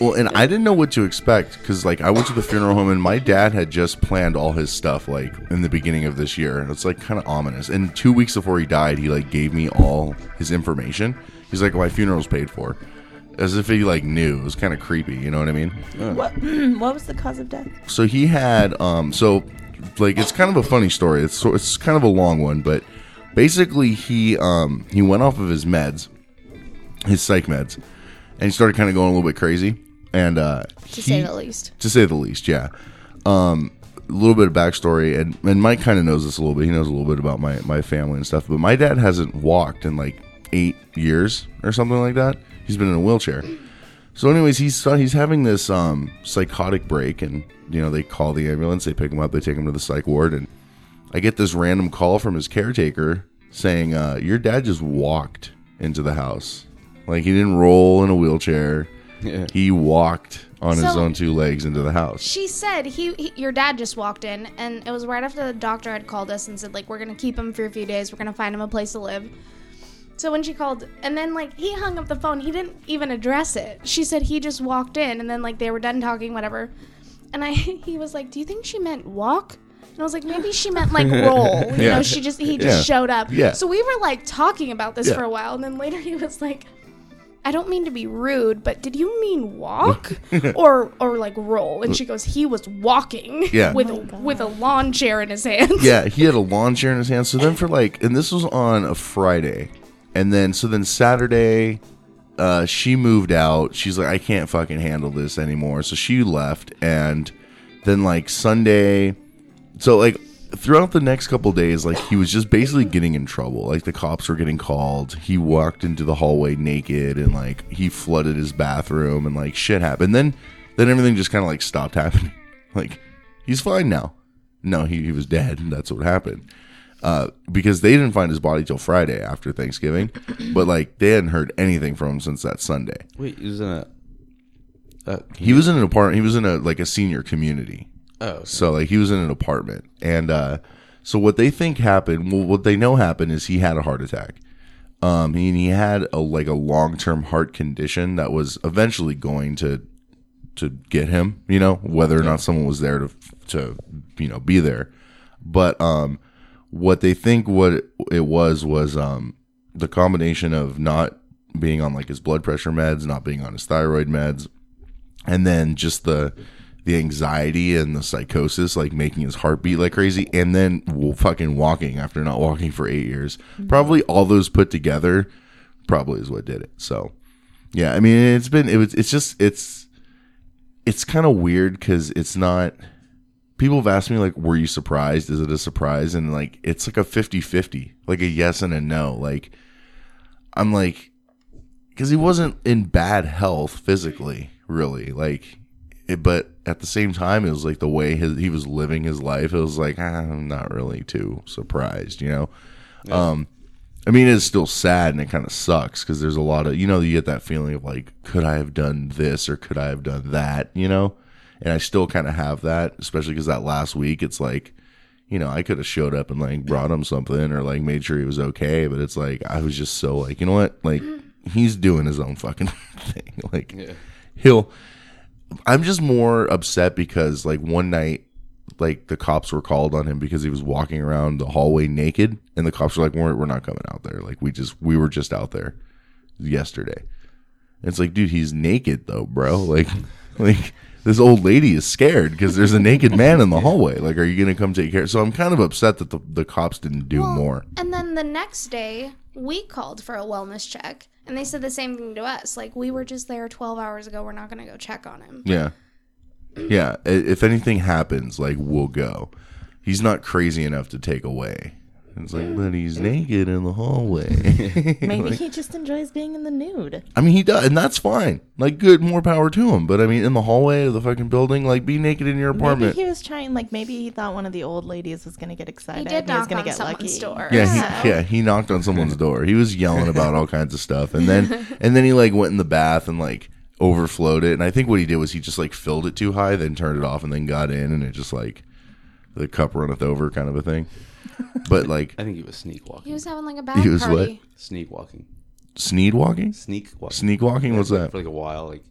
D: Well, and I didn't know what to expect because, like, I went to the funeral home and my dad had just planned all his stuff, like, in the beginning of this year. And it's, like, kind of ominous. And two weeks before he died, he, like, gave me all his information. He's like, my funeral's paid for. As if he, like, knew. It was kind of creepy. You know what I mean?
E: What, what was the cause of death?
D: So he had um so like it's kind of a funny story. It's so it's kind of a long one, but basically he um he went off of his meds, his psych meds, and he started kind of going a little bit crazy. And uh
L: To say
D: he-
L: the least.
D: To say the least, yeah. Um a little bit of backstory and, and Mike kinda knows this a little bit. He knows a little bit about my, my family and stuff, but my dad hasn't walked in like eight years or something like that. He's been in a wheelchair. So, anyways, he's uh, he's having this um, psychotic break, and you know they call the ambulance, they pick him up, they take him to the psych ward, and I get this random call from his caretaker saying, uh, "Your dad just walked into the house. Like he didn't roll in a wheelchair. He walked on his
L: So-
D: own two legs into the house."
L: She said he, he, your dad just walked in, and it was right after the doctor had called us and said like we're gonna keep him for a few days, we're gonna find him a place to live. So when she called, and then like he hung up the phone, he didn't even address it. She said he just walked in, and then like they were done talking, whatever. And I, he was like, "Do you think she meant walk?" And I was like, "Maybe she meant like roll." You
M: Yeah.
L: know, she just he just
M: Yeah.
L: showed up.
M: Yeah.
L: So we were like talking about this
M: Yeah.
L: for a while, and then later he was like, "I don't mean to be rude, but did you mean walk?" or or like roll and she goes he was walking
D: Yeah.
L: with
D: Oh
L: a, with a lawn chair in his hand
D: yeah, he had a lawn chair in his hand. So then for like, and this was on a Friday, and then so then Saturday, uh, she moved out. She's like, I can't fucking handle this anymore. So she left, and then like Sunday, so like throughout the next couple days, like he was just basically getting in trouble. Like the cops were getting called. He walked into the hallway naked, and like he flooded his bathroom, and like shit happened. Then then everything just kind of like stopped happening. Like he's fine now. No, he, he was dead, and that's what happened. Uh, because they didn't find his body till Friday after Thanksgiving, but like they hadn't heard anything from him since that Sunday.
H: Wait, he was in a. Uh,
D: He was in an apartment. He was in a like a senior community.
H: Oh, okay.
D: so like he was in an apartment, and uh, so what they think happened, well, what they know happened is he had a heart attack. Um, and he had a like a long term heart condition that was eventually going to to get him. You know, whether or not someone was there to to you know be there, but um, what they think what it was was um the combination of not being on like his blood pressure meds, not being on his thyroid meds, and then just the the anxiety and the psychosis like making his heart beat like crazy and then w- fucking walking after not walking for 8 years probably all those put together probably is what did it so yeah i mean it's been it was it's just it's it's kind of weird cuz it's not people have asked me like were you surprised is it a surprise and like it's like a 50-50 like a yes and a no like i'm like because he wasn't in bad health physically, really. Like, it, but at the same time, it was like the way his, he was living his life. It was like "Ah, I'm not really too surprised, you know. Um, I mean, it's still sad and it kind of sucks because there's a lot of you know you get that feeling of like, could I have done this or could I have done that, you know? And I still kind of have that, especially because that last week, it's like. You know, I could have showed up and like brought him something or like made sure he was okay, but it's like I was just so like, you know what? Like he's doing his own fucking thing. Like he'll I'm just more upset because like one night like the cops were called on him because he was walking around the hallway naked and the cops were like we're, we're not coming out there like we just we were just out there yesterday And it's like dude he's naked though bro like like this old lady is scared because there's a naked man in the hallway like are you gonna come take care so i'm kind of upset that the, the cops didn't do more
L: and then the next day we called for a wellness check and they said the same thing to us like we were just there 12 hours ago we're not going to go check on him
D: Yeah. Yeah. i- If anything happens, like, we'll go. He's not crazy enough to take away. It's like, but he's naked in the hallway.
E: Maybe
D: Like,
E: he just enjoys being in the nude.
D: I mean, he does, and that's fine. Like, good, more power to him. But I mean, in the hallway of the fucking building, like, be naked in your apartment.
E: Maybe he was trying, like, maybe he thought one of the old ladies was going to get excited.
L: did
E: and he was
L: knock
E: gonna
L: on
E: get
L: someone's
E: lucky.
L: door.
D: yeah, he, yeah, he knocked on someone's door. He was yelling about all kinds of stuff, and then and then he like went in the bath and like overflowed it. And I think what he did was he just like filled it too high, then turned it off, and then got in, and it just like the cup runneth over kind of a thing. But like,
H: I think he was sneak walking.
L: He was having like a bad
D: he was
L: party.
D: what
H: Sneak walking.
D: sneed walking,
H: Sneak walking.
D: sneak walking. What's that?
H: For like a while, like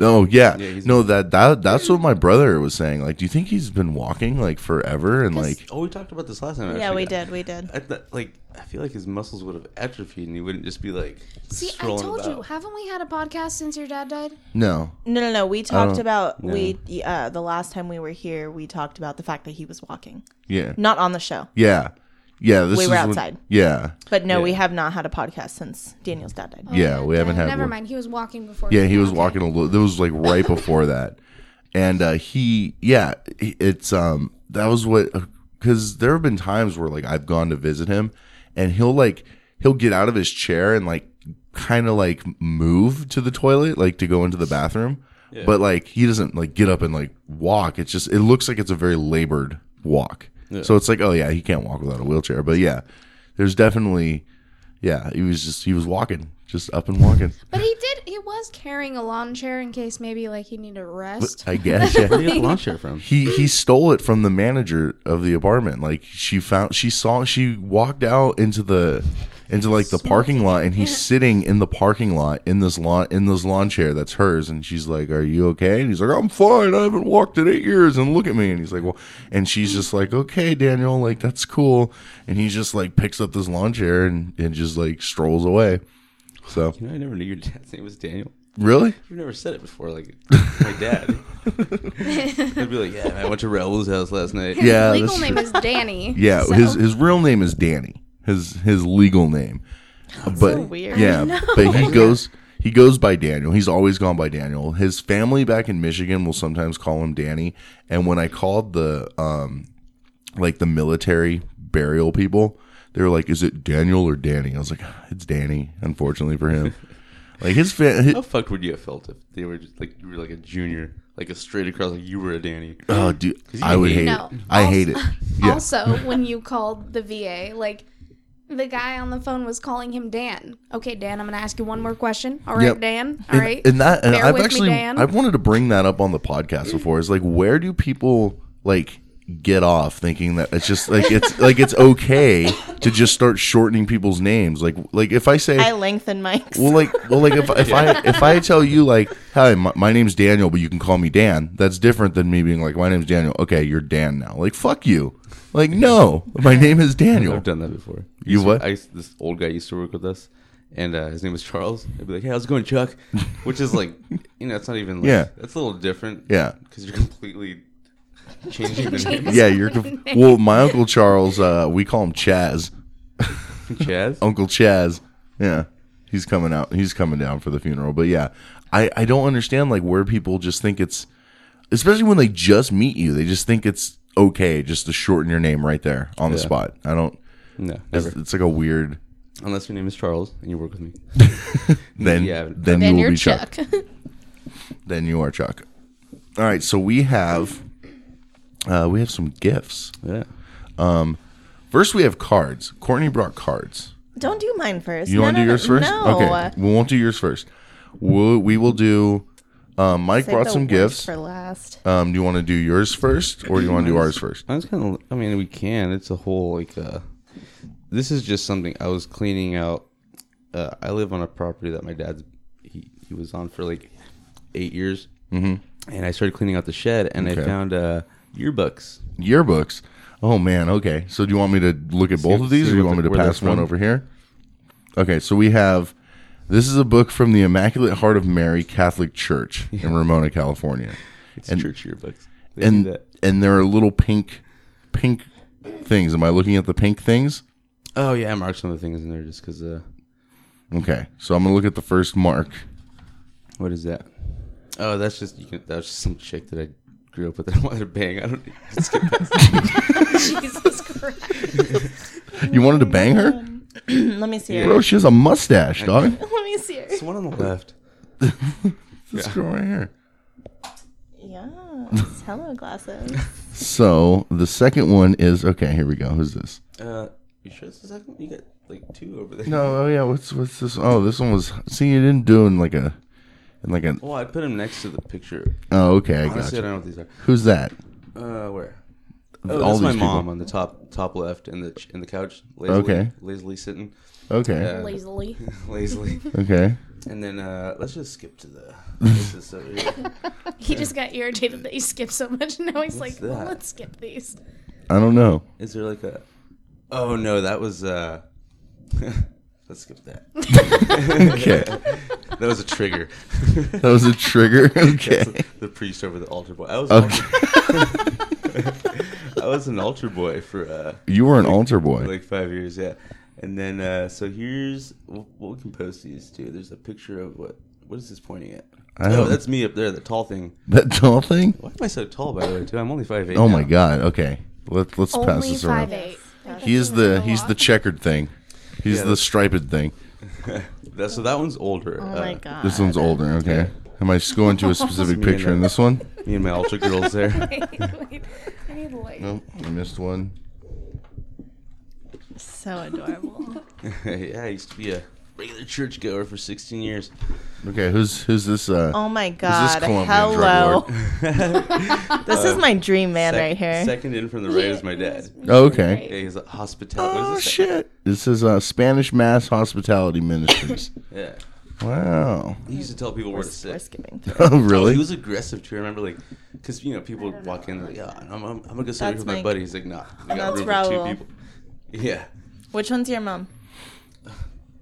D: Oh yeah,
H: Yeah, he's-
D: no that that that's what my brother was saying. Like, do you think he's been walking like forever and like
H: oh, we talked about this last time.
E: Yeah,
H: actually.
E: we did, we did.
H: I thought, like I feel like his muscles would have atrophied, and he wouldn't just be like.
L: See, I
H: strolling
L: told
H: about.
L: you, haven't we had a podcast since your dad died?
D: no?
E: No, no, no. We
D: I
E: talked
D: don't-
E: about
D: no.
E: we uh, the last time we were here. We talked about the fact that he was walking.
D: Yeah.
E: Not on the show.
D: Yeah, yeah. This
E: we
D: is
E: were
D: when-
E: outside.
D: yeah,
E: But no,
D: Yeah.
E: we have not had a podcast since Daniel's dad died.
D: yeah, we haven't had.
L: Oh, Never
D: one.
L: mind. He was walking before.
D: Yeah, he was walking a little. That was like right before that, and uh, he, yeah, he- it's um, that was what because there have been times where like I've gone to visit him, and he'll like he'll get out of his chair and like kind of like move to the toilet like to go into the bathroom,
H: Yeah.
D: but like he doesn't like get up and like walk. It's just it looks like it's a very labored walk.
H: Yeah.
D: So it's like oh yeah, he can't walk without a wheelchair. But yeah, there's definitely yeah, he was just he was walking, just up and walking.
L: But he did. He was carrying a lawn chair in case maybe like he needed a rest.
D: I guess. Yeah.
L: Where'd you get the lawn
H: chair from?
D: He he stole it from the manager of the apartment. Like she found, she saw, she walked out into the into like the parking lot, and he's sitting in the parking lot in this lawn in this lawn chair that's hers. And she's like, "Are you okay?" And he's like, "I'm fine. I haven't walked in eight years." And look at me. And he's like, "Well," and she's just like, "Okay, Daniel. Like that's cool." And he just like picks up this lawn chair and and just like strolls away. So
H: You know, I never knew your dad's name was Daniel.
D: Really?
H: You've never said it before, like my dad. I'd be like, yeah, man, I went to Raul's house last night.
L: His
D: Yeah,
L: legal
D: that's
L: name
D: true.
L: is Danny.
D: Yeah,
L: so-
D: his his real name is Danny. His his legal name. But
L: so weird. I
D: yeah,
L: know.
D: but he goes he goes by Daniel. He's always gone by Daniel. His family back in Michigan will sometimes call him Danny. And when I called the um like the military burial people, they were like, "Is it Daniel or Danny?" I was like, "It's Danny." Unfortunately for him, like his fan.
H: How fucked would you have felt if they were just like you were like a junior, like a straight across, like you were a Danny?
D: Oh, dude,
H: 'Cause you
D: I would hate
L: No.
D: it. I hate it. Yeah.
L: Also, when you called the VA, like the guy on the phone was calling him Dan. Okay, Dan, I'm going to ask you one more question. All right,
D: Yep.
L: Dan. All
D: and,
L: right.
D: and that and
L: Bear
D: I've
L: with me,
D: actually
L: Dan.
D: I've wanted to bring that up on the podcast before. Is like where do people like get off thinking that it's just like it's like it's okay to just start shortening people's names? Like like if I say
E: I lengthen my.
D: well like well like if, if I if I tell you like hi my, my name's Daniel but you can call me Dan that's different than me being like my name's Daniel okay you're Dan now like fuck you like no my name is Daniel
H: I've done that before.
D: You
H: Used to-
D: what?
H: I used, this old guy used to work with us, and uh, his name was Charles. I'd be like, "Hey, how's it going, Chuck?" Which is like, you know, it's not even. Like,
D: Yeah.
H: that's a little different.
D: Yeah.
H: because you're completely changing the name.
D: yeah, you're. conf- Well, my uncle Charles, uh, we call him Chaz.
H: Chaz,
D: Uncle Chaz. Yeah, he's coming out. He's coming down for the funeral. But yeah, I I don't understand like where people just think it's, especially when they just meet you, they just think it's okay just to shorten your name right there on the
H: Yeah.
D: spot. I don't.
H: No,
D: it's,
H: never.
D: it's like a weird.
H: unless your name is Charles and you work with me.
D: Then
H: Yeah.
D: then you will be Chuck. Then you are Chuck. All right, so we have uh, we have some gifts.
H: Yeah.
D: Um, first we have cards. Courtney brought cards.
E: Don't do mine first.
D: You
E: No,
D: want to
E: no,
D: do
E: no,
D: yours first?
E: No.
D: Okay, we won't do yours first. We'll, we will do. Um, Mike
E: Save
D: brought
E: the
D: some
E: worst
D: gifts.
E: for last.
D: Um, do you want to do yours first, or do you want to do ours first?
H: I was kind of. I mean, we can. It's a whole like. Uh, this is just something I was cleaning out. Uh, I live on a property that my dad's he, he was on for like eight years,
D: Mhm.
H: and I started cleaning out the shed, and
D: Okay.
H: I found uh, yearbooks.
D: Yearbooks. Oh man. Okay. So do you want me to look at
H: See-
D: both of these,
H: see
D: or do you
H: what
D: want me
H: the-
D: to
H: where they're
D: pass one
H: from?
D: over here? Okay. So we have. This is a book from the Immaculate Heart of Mary Catholic Church in Ramona, California.
H: It's church yearbooks. They do
D: and
H: that.
D: and there are little pink, pink things. Am I looking at the pink things?
H: Oh yeah, I marked some of the things in there just because. Uh,
D: Okay. So I'm gonna look at the first mark.
H: what is that? Oh, that's just you can, that's just some chick that I grew up with that I wanted to bang. I don't. Skip past.
E: Jesus Christ.
D: You wanted to bang her?
E: Let me see her.
D: Bro, she has a mustache, dog.
E: Let me see her.
H: It's one on the left.
D: This girl right here.
E: Yes. Hello, glasses.
D: So the second one is okay. Here we go. Who's this?
H: Uh, you sure it's the second? one? You got like two over there.
D: No. Oh yeah. What's what's this? Oh, this one was. See, you didn't do in like a. and like an.
H: Well, I put him next to the picture.
D: Oh, okay, I got
H: Honestly,
D: you.
H: I don't know what these are.
D: Who's that?
H: Uh,
D: Th-
H: where? Oh,
D: all
H: that's my
D: these people.
H: mom on the top top left in the ch- in the couch. Lazily,
D: Okay.
H: Lazily sitting.
D: Okay.
L: Lazily.
H: lazily.
D: Okay.
H: And then uh, let's just skip to the. This is so weird.
L: He just got irritated that you skipped so much, and now he's
H: What's
L: like, well,
H: that?
L: let's skip these.
D: I don't know.
H: Is there like a? Oh no, that was. uh Let's skip that.
D: Okay.
H: That was a trigger.
D: That was a trigger? Okay.
H: That's the, priest over the altar boy. I was.
D: Okay.
H: altar- I was an altar boy for. uh
D: You were an
H: like-
D: altar boy.
H: Like five years, yeah. And then uh so here's well, we can post these too. There's a picture of what. What is this pointing at?
D: I
H: oh,
D: don't-
H: that's me up there, the tall thing.
D: That tall thing?
H: Why am I so tall, by the way? Too, I'm only five eight.
D: Oh my god. Okay. Let let's pass
H: Only
D: this around.
H: 5'8".
E: Oh
D: He is the he's the checkered thing. He's
H: Yeah.
D: the striped thing.
H: That, so that one's older. Uh,
E: Oh my God.
D: Uh, This one's older, okay. Am I just going to a specific
H: Ah, Me and
D: picture in
H: the-
D: this one?
H: me and my altar girls there.
L: I need light.
D: Nope, I missed one.
E: So adorable.
H: yeah, I used to be a regular churchgoer for 16 years.
D: Okay, who's who's this? Uh,
E: Oh my
D: who's this
E: God,
D: Colombian
E: hello.
D: drug lord?
E: this is
H: Uh,
E: my dream man
H: sec-
E: right here.
H: Second in from the right is my dad.
D: Oh, okay.
H: Yeah, he's a hospitality.
D: oh shit! This is uh, Spanish Mass Hospitality Ministries.
H: Yeah.
D: Wow.
H: He used to tell people where
E: We're-
H: to sit.
E: we're skipping.
D: Oh, really?
H: he was aggressive too. I remember, like, because you know, people would walk in like, "Yeah, I'm, I'm, I'm gonna go sit
E: That's
H: with my
E: my-
H: buddy." He's like, "Nah, we got
E: That's
H: room
E: Raoul.
H: for two people." Yeah,
E: Which one's your mom?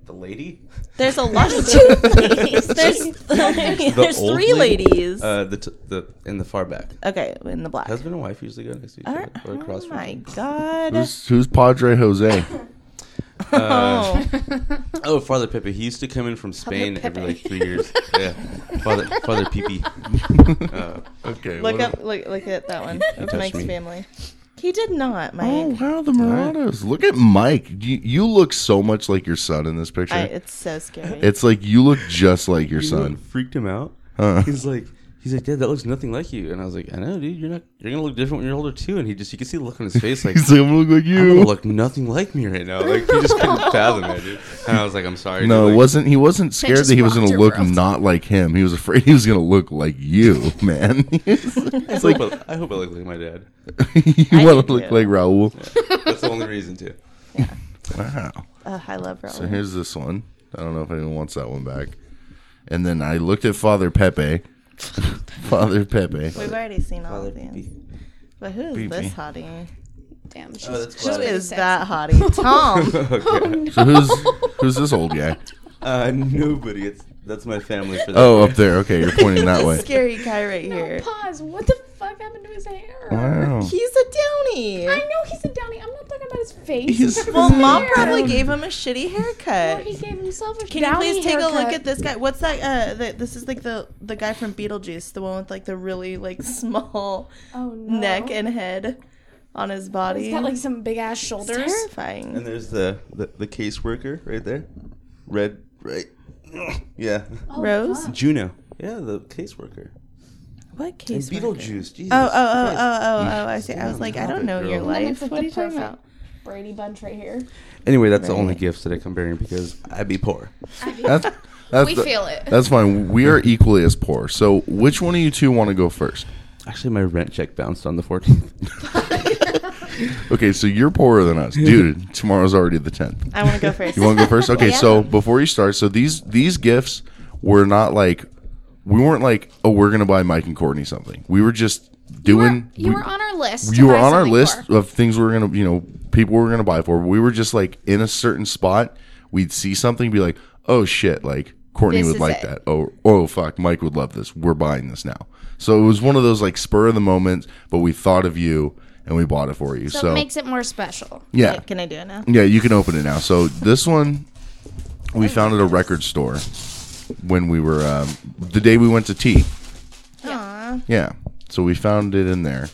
H: the lady.
E: There's a lot of ladies. There's,
H: The
E: there's
H: old
E: three
H: lady?
E: ladies.
H: Uh, the t- the in the far back.
E: okay, in the black.
H: Husband and wife usually go next to each
E: Are-
H: other or across
E: oh
H: from.
E: my god.
D: Who's who's Padre Jose?
H: Uh, oh, Father Pepe. He used to come in from Spain
E: Pepe.
H: every like three years. Yeah, Father Father Pepe. Uh,
D: okay.
E: look up, look, look at that one
H: He
E: of
H: touched
E: Mike's
H: me.
E: family. He did not, Mike.
D: Oh wow, the Marauders! Look at Mike. You, you look so much like your son in this picture.
E: I, it's so scary.
D: It's like you look just like your
H: You know
D: son.
H: what freaked him out.
D: Huh.
H: He's like, he's like, Dad, that looks nothing like you. And I was like, I know, dude. You're not. You're gonna look different when you're older too. And he just, you could see the look on his face, like,
D: He's like, "I'm gonna look like
H: "I'm
D: you."
H: gonna look nothing like me right now. Like he just couldn't fathom it, dude. And I was like, I'm sorry.
D: No,
H: dude.
D: it
H: Like,
D: wasn't. He wasn't
H: They
D: scared
H: just
D: that he was
H: rocked
D: going to
H: your
D: look
H: world.
D: not like him. He was afraid he was going to look like you, man.
H: I
D: it's
H: hope
D: like
H: I, I hope I look like my dad.
D: you want to look like Raul.
H: That's the only reason too.
D: Wow.
E: Ugh, I love Raul.
D: So here's this one. I don't know if anyone wants that one back. And then I looked at Father Pepe. Father Pepe.
E: We've already seen all of these. But who is
D: Beep
E: this
D: me.
E: hottie?
L: Damn,
D: Uh,
L: she's,
H: that's
E: who
H: Clara.
E: is that hottie? Tom.
D: So who's who's this old guy?
H: Uh, nobody. It's that's my family. For that.
D: Oh, up there. Okay, you're pointing that way.
E: Scary guy right here.
L: Pause. What the fuck happened to his hair?
D: Wow.
E: He's a downy.
L: I know he's a downy. I'm not talking about his face.
D: He's-
E: Well, mom
L: hair.
E: probably gave him a shitty
L: Or
E: haircut.
L: he gave himself a
E: Can you
L: downy
E: please take a look
L: haircut.
E: at this guy? What's that? Uh, the, this is like the the guy from Beetlejuice, the one with like the really like small
L: Oh, no.
E: neck and head on his body.
L: He's got like some big ass
E: It's
L: shoulders.
E: terrifying.
H: And there's the the, the caseworker right there, red right. Yeah.
L: Oh,
E: Rose? fuck.
H: Juno. Yeah, the caseworker.
E: What case?
H: And
E: worker?
H: Beetlejuice. Jesus
E: Oh, oh, oh,
H: Christ.
E: oh, oh, oh! I see. I was
H: Damn,
E: like, I
H: stop
E: don't
H: it,
E: know your
H: girl.
E: life.
L: Look at
E: What are you
L: the
E: talking
L: perfect
E: about?
L: Brady Bunch right here.
H: Anyway, that's the only gifts that I come bearing because I be poor.
D: That's, that's
L: We
D: the-
L: feel it.
D: That's fine. We are equally as poor. So which one of you two want to go first?
H: Actually, my rent check bounced on the 14th.
D: Okay, so you're poorer than us, dude. Tomorrow's already the tenth.
E: I wanna go first.
D: You want to go first? Okay,
E: Yeah.
D: so before you start, so these these gifts were not like we weren't like oh we're gonna buy Mike and Courtney something. We were just doing.
L: You
D: we-
L: were on our list.
D: you were on our list of things we were gonna you know people we were gonna buy for. We were just like in a certain spot. We'd see something, be like, oh shit, like Courtney
L: This
D: would
L: is
D: like
L: it.
D: that. Oh oh fuck, Mike would love this. We're buying this now. So it was one of those like spur of the moment, but we thought of you and we bought it for you.
L: So,
D: So,
L: it makes it more special.
D: yeah.
E: Can I do it now?
D: Yeah, you can open it now. So this one, we found at a record store when we were um, the day we went to tea.
E: Aw.
D: Yeah, so we found it in there.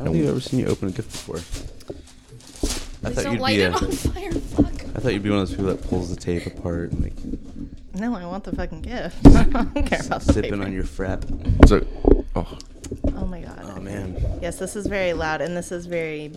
H: I don't think I've ever seen you open a gift before. I
L: Please
H: thought
L: don't
H: you'd
L: light
H: be a,
L: it on fire. Fuck.
H: I thought you'd be one of those people that pulls the tape apart and like
E: No, I want the fucking gift. I don't care about the
H: sipping
E: paper.
H: on your frap.
D: So, oh
E: Oh my god.
H: Oh man,
E: Yes, this is very loud and this is very
H: I want it.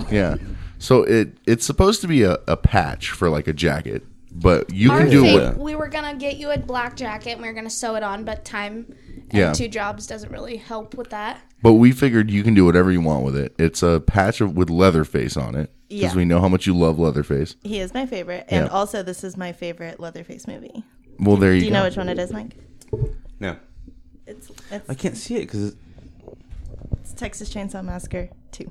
E: beautiful.
D: yeah, so it it's supposed to be a, a patch for like a jacket, But you
L: Our
D: can do
L: fate-
D: it. with-
L: We were gonna get you a black jacket and we were gonna sew it on, but time and
D: Yeah.
L: two jobs doesn't really help with that.
D: But we figured you can do whatever you want with it. It's a patch of, with Leatherface on it because
E: Yeah.
D: we know how much you love Leatherface.
E: He is my favorite, and
D: Yeah.
E: also this is my favorite Leatherface movie.
D: Well, there you
E: Do you know
D: go.
E: which one it is, Mike?
H: No.
E: It's it's,
H: I can't see it because
E: it's Texas Chainsaw Massacre Two,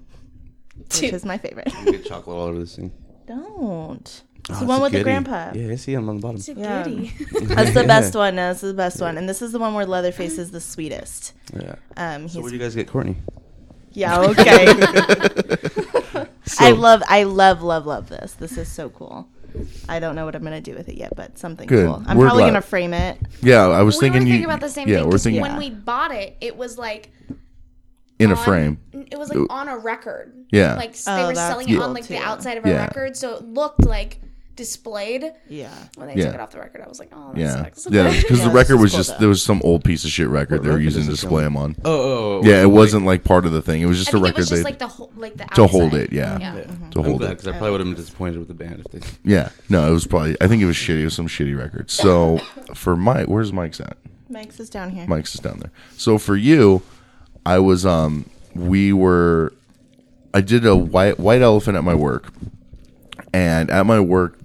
L: Two.
E: which is my favorite.
H: I get chocolate all over this thing.
E: Don't. It's
H: Oh,
E: the one
H: a
E: with the
H: goodie.
E: grandpa.
H: Yeah, I see him on the bottom. It's
L: a
E: Yeah.
L: goodie.
E: That's the
H: Yeah.
E: best one. No, this is the best one, and this is the one where Leatherface is the sweetest.
H: Yeah.
E: Um,
H: so
E: he's
H: what do you guys get, Courtney?
E: Yeah, okay. I
H: So-
E: love I love love love this. This is so cool. I don't know what I'm going to do with it yet, but something
D: Good.
E: cool. I'm
D: We're
E: probably
D: glad.
E: going to frame it.
D: Yeah, I was
L: we
D: thinking
L: were
D: you.
L: thinking about the same
D: yeah,
L: thing.
D: we're
L: 'cause
D: thinking
L: when we bought it, it was like
D: in a
L: on-
D: frame.
L: It was like on a record.
D: Yeah.
L: Like s-
E: Oh,
L: they were
E: that's
L: selling it
E: cool
L: on like the
E: too.
L: outside of a
D: Yeah.
L: record, so it looked like displayed.
E: Yeah.
L: When they
D: Yeah.
L: took it off the record, I was like, oh, that
D: Yeah,
L: sucks.
D: yeah, because
E: Yeah,
D: the
E: this
D: record
E: is
D: was
E: cool,
D: just
E: though.
D: there was some old piece of shit record they were
H: record is
D: using to
H: this
D: display
H: on?
D: them on.
H: Oh, oh, oh,
D: yeah,
H: oh,
D: it
H: like-
D: wasn't like part of the thing. It was just
L: I
D: a
L: think it
D: record
L: was just
D: they
L: like the whole, like the
D: to hold
L: outside. Mm-hmm.
D: it. Yeah, to
H: I'm
D: hold
H: glad
D: it.
H: because I probably would have been disappointed with the band if they.
D: Yeah, no, it was probably. I think it was shitty. It was some shitty record. So for Mike, where's Mike's at?
E: Mike's is down here.
D: Mike's is down there. So for you, I was um we were I did a white white elephant at my work. And at my work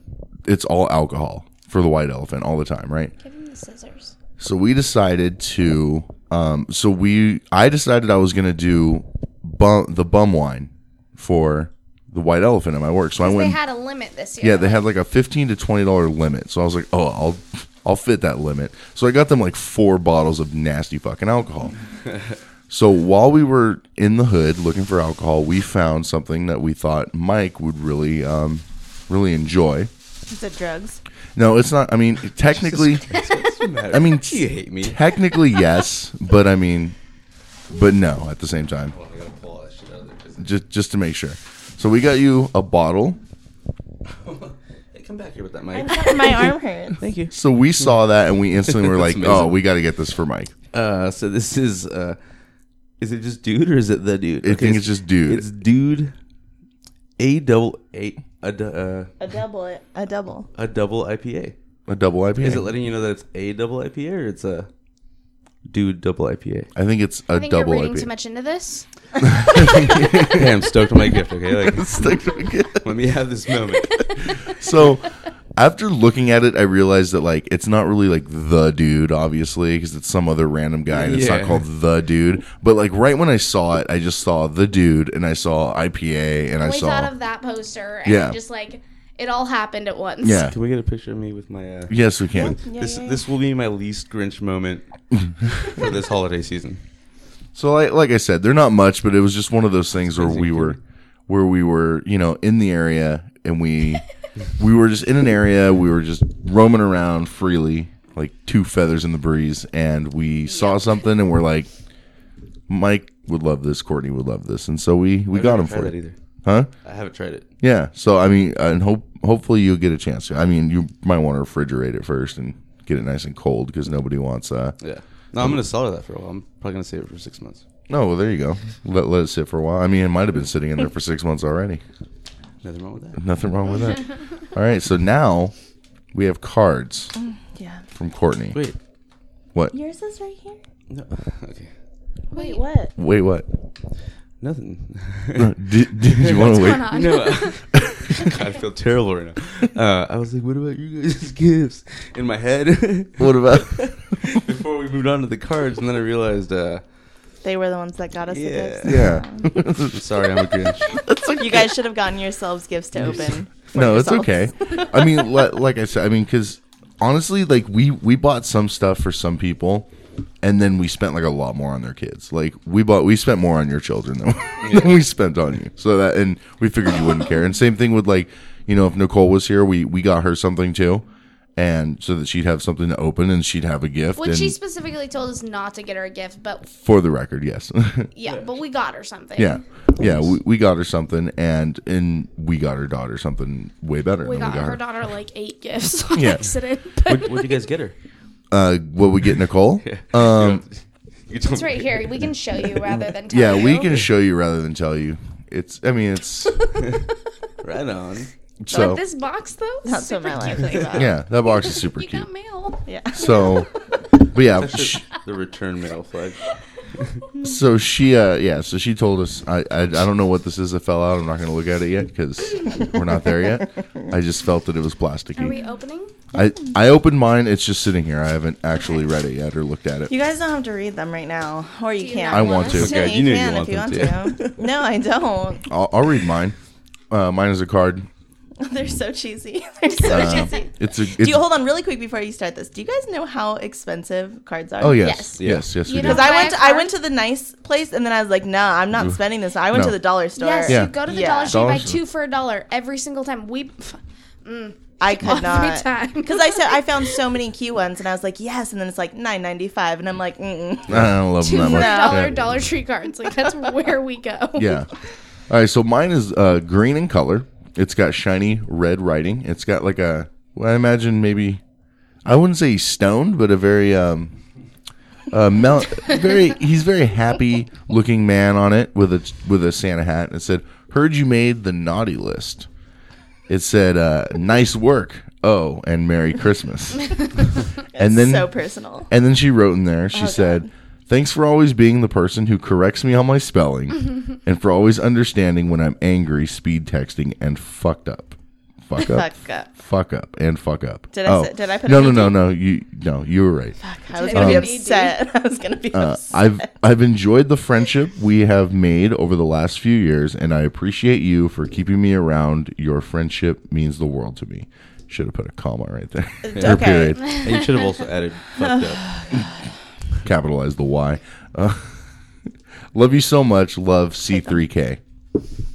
D: it's all alcohol for the white elephant all the time, right?
L: Give him the scissors.
D: So we decided to um so we I decided I was going to do bum, the bum wine for the white elephant at my work. So I
L: 'Cause
D: went
L: They had a limit this year.
D: yeah, they had like a fifteen to twenty dollar limit. So I was like, oh, I'll I'll fit that limit. So I got them like four bottles of nasty fucking alcohol. so while we were in the hood looking for alcohol, we found something that we thought Mike would really um really enjoy.
E: Is it drugs?
D: No, it's not. I mean, technically, I mean,
H: You hate me.
D: Technically, yes, but I mean, but no at the same time.
H: I gotta pull all that shit out of there. 'cause-
D: Just just to make sure. So we got you a bottle
H: Hey, come back here with that mic.
E: I'm sorry, my arm hurts.
H: Thank you.
D: So we saw that and we instantly were
H: That's
D: like,
H: amazing.
D: "Oh, we got to get this for Mike."
H: Uh, so this is uh, is it just dude or is it the dude?
D: I think it's just dude.
H: It's dude. A double a a du- uh,
E: A double a double.
H: a double IPA.
D: A double IPA.
H: Is it letting you know that it's a double IPA or it's a dude double IPA?
D: I think it's
L: I
D: a
L: think
D: double
L: you're reading
D: IPA.
L: too much into this.
H: hey, I'm stoked on my gift. Okay, like
D: Stuck to it.
H: let me have this moment.
D: so after looking at it, I realized that like it's not really like the dude, obviously, because it's some other random guy and it's not
H: Yeah.
D: called the dude. But like right when I saw it, I just saw the dude and I saw IPA and I
L: we
D: saw
L: thought of that poster and
D: Yeah.
L: just like it all happened at once.
D: yeah.
H: Can we get a picture of me with my? Uh,
D: Yes, we can.
H: This this will be my least Grinch moment for this holiday season.
D: So like like I said, they're not much, but it was just one of those things where we were where we were, you know, in the area and we we were just in an area, we were just roaming around freely, like two feathers in the breeze, and we saw something and we're like Mike would love this, Courtney would love this. And so we we
H: I've
D: got
H: never
D: him
H: tried
D: for
H: that
D: it.
H: either.
D: Huh?
H: I haven't tried it.
D: Yeah. So I mean, and hope hopefully you'll get a chance to. I mean, you might want to refrigerate it first and get it nice and cold because nobody wants uh
H: Yeah. No, I'm gonna solder that for a while. I'm probably gonna save it for six months.
D: No, well, there you go. Let, let it sit for a while. I mean, it might have been sitting in there for six months already.
H: Nothing wrong with that.
D: Nothing wrong with that. All right, so now we have cards
E: Yeah.
D: from Courtney.
H: Wait.
D: What?
E: Yours is right here.
H: No. Okay.
E: Wait, what?
D: Wait, what?
H: Nothing.
D: did, did you want to
L: going
D: wait?
L: on?
H: No. uh, God, I feel terrible right now. Uh, I was like, what about you guys' gifts? In my head.
D: What about?
H: Before we moved on to the cards, and then I realized, uh,
E: They were the ones that got us
H: Yeah.
E: the gifts.
D: yeah.
H: sorry, I'm a Grinch.
E: You guys should have gotten yourselves gifts to open. for
D: no, it's
E: yourselves.
D: okay. I mean, li- like I said, I mean, because honestly, like we we bought some stuff for some people, and then we spent like a lot more on their kids. Like we bought, we spent more on your children than, than we spent on you. So that, and we figured you wouldn't care. And same thing with like, you know, if Nicole was here, we we got her something too, and so that she'd have something to open and she'd have a gift.
L: Which
D: and
L: she specifically told us not to get her a gift, but
D: for the record, yes.
L: yeah, but we got her something.
D: Yeah. Yeah, we, we got her something, and and we got her daughter something way better.
L: We
D: than
L: got, her daughter like eight gifts on
D: Yeah.
L: accident.
H: What, what'd you guys get her?
D: Uh, what we get, Nicole? Um,
H: You told
L: It's right here. We can show you rather than tell
D: Yeah,
L: you.
D: we can show you rather than tell you. It's. I mean, it's.
H: Right on.
D: So
L: but this box though,
E: That's what
L: super
E: my
L: cute.
E: life is about.
D: yeah, that box is super cute.
L: mail.
E: Yeah.
D: So, but yeah,
H: That's
D: sh-
H: just the return mail flag.
D: so she uh yeah, so she told us I I, I don't know what this is that fell out. I'm not going to look at it yet because we're not there yet. I just felt that it was plasticky.
L: Are we opening?
D: I I opened mine. It's just sitting here. I haven't actually read it yet or looked at it.
E: You guys don't have to read them right now, or you can.
D: I want to.
E: Yeah,
D: Okay,
E: you,
D: you knew you
E: can
D: want
E: if you want
D: them
E: to. no, I don't.
D: I'll, I'll read mine. Uh, mine is a card.
E: They're so cheesy. They're so
D: Uh,
E: cheesy.
D: it's a-
E: do you
D: it's-
E: hold on really quick before you start this? Do you guys know how expensive cards are?
D: Oh yes, yes, yes. we do.
E: Because I went, to, I went to the nice place, and then I was like, "No, nah, I'm not
D: Ooh.
E: spending this." I went
D: No.
E: to the dollar store.
L: Yes,
D: Yeah.
L: you go to the
E: Yeah.
L: dollar store, you buy
D: Dollar
L: two for a dollar every single time. We, pff, mm,
E: I could
L: every
E: not
L: time.
E: because I said I found so many cute ones, and I was like, "Yes," and then it's like nine ninety five, and I'm like, Mm-mm.
D: I don't love
L: two
D: them that much.
L: for a dollar
D: Yeah.
L: Dollar Tree cards. Like that's where we go.
D: Yeah. All right, so mine is uh, green in color. It's got shiny red writing. It's got like a, well, I imagine maybe, I wouldn't say he's stoned, but a very, um, uh, mel- very he's very happy looking man on it with a with a Santa hat. It said, "Heard you made the naughty list." It said, uh, "Nice work." Oh, and Merry Christmas. and then
E: so personal.
D: And then she wrote in there.
E: Oh,
D: She said, "Thanks for always being the person who corrects me on my spelling, and for always understanding when I'm angry, speed texting, and fucked up." Fuck up,
E: Fuck up.
D: fuck up, and fuck up. Oh.
E: Did I say- did I put a
D: no, no, no,
E: PG?
D: no? You, no, you were right.
E: I was gonna be
D: Um,
E: upset. I was gonna be
D: uh,
E: upset.
D: I've I've enjoyed the friendship we have made over the last few years, and I appreciate you for keeping me around. Your friendship means the world to me. Should have put a comma right there.
E: Yeah.
D: Or
E: Okay.
D: period.
E: And you should have also added, "Fucked
D: Capitalize the Y. Uh, love you so much. Love C3K.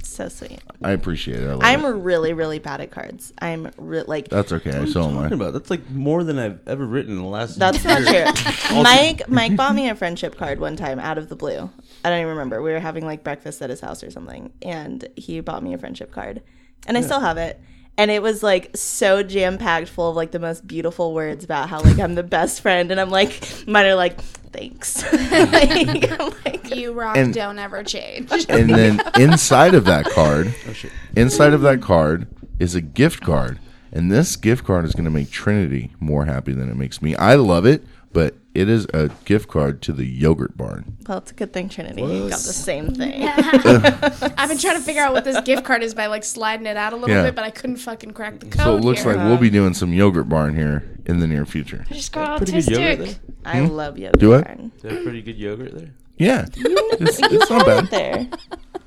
E: so sweet.
D: I appreciate it. I love
E: I'm
D: it.
E: really, really bad at cards. I'm re- like
D: That's okay. So am I.
H: Talking about that's like more than I've ever written in the last.
E: That's not
H: year.
E: true.
H: Also-
E: Mike Mike bought me a friendship card one time out of the blue. I don't even remember. We were having like breakfast at his house or something, and he bought me a friendship card, and I
M: Yeah.
E: still have it. And it was like so jam packed, full of like the most beautiful words about how like I'm the best friend, and I'm like mine are like thanks. like, I'm like,
L: you rock,
D: And-
L: don't ever change.
D: and then inside of that card,
H: Oh,
D: inside of that card is a gift card, and this gift card is going to make Trinity more happy than it makes me. I love it, but it is a gift card to the Yogurt Barn.
E: well, it's a good thing Trinity got the same thing.
L: I've been trying to figure out what this gift card is by like sliding it out a little
D: Yeah.
L: bit, but I couldn't fucking crack the code.
D: So
E: Oh,
D: it looks
L: here.
D: like we'll be doing some Yogurt Barn here in the near future.
L: I just got
H: Pretty good yogurt
L: autistic.
E: I
D: Hmm?
E: love yogurt.
D: Do I?
E: Barn.
H: They have pretty good yogurt there.
D: Yeah, it's, it's
E: You
D: not
E: had
D: bad.
E: it there.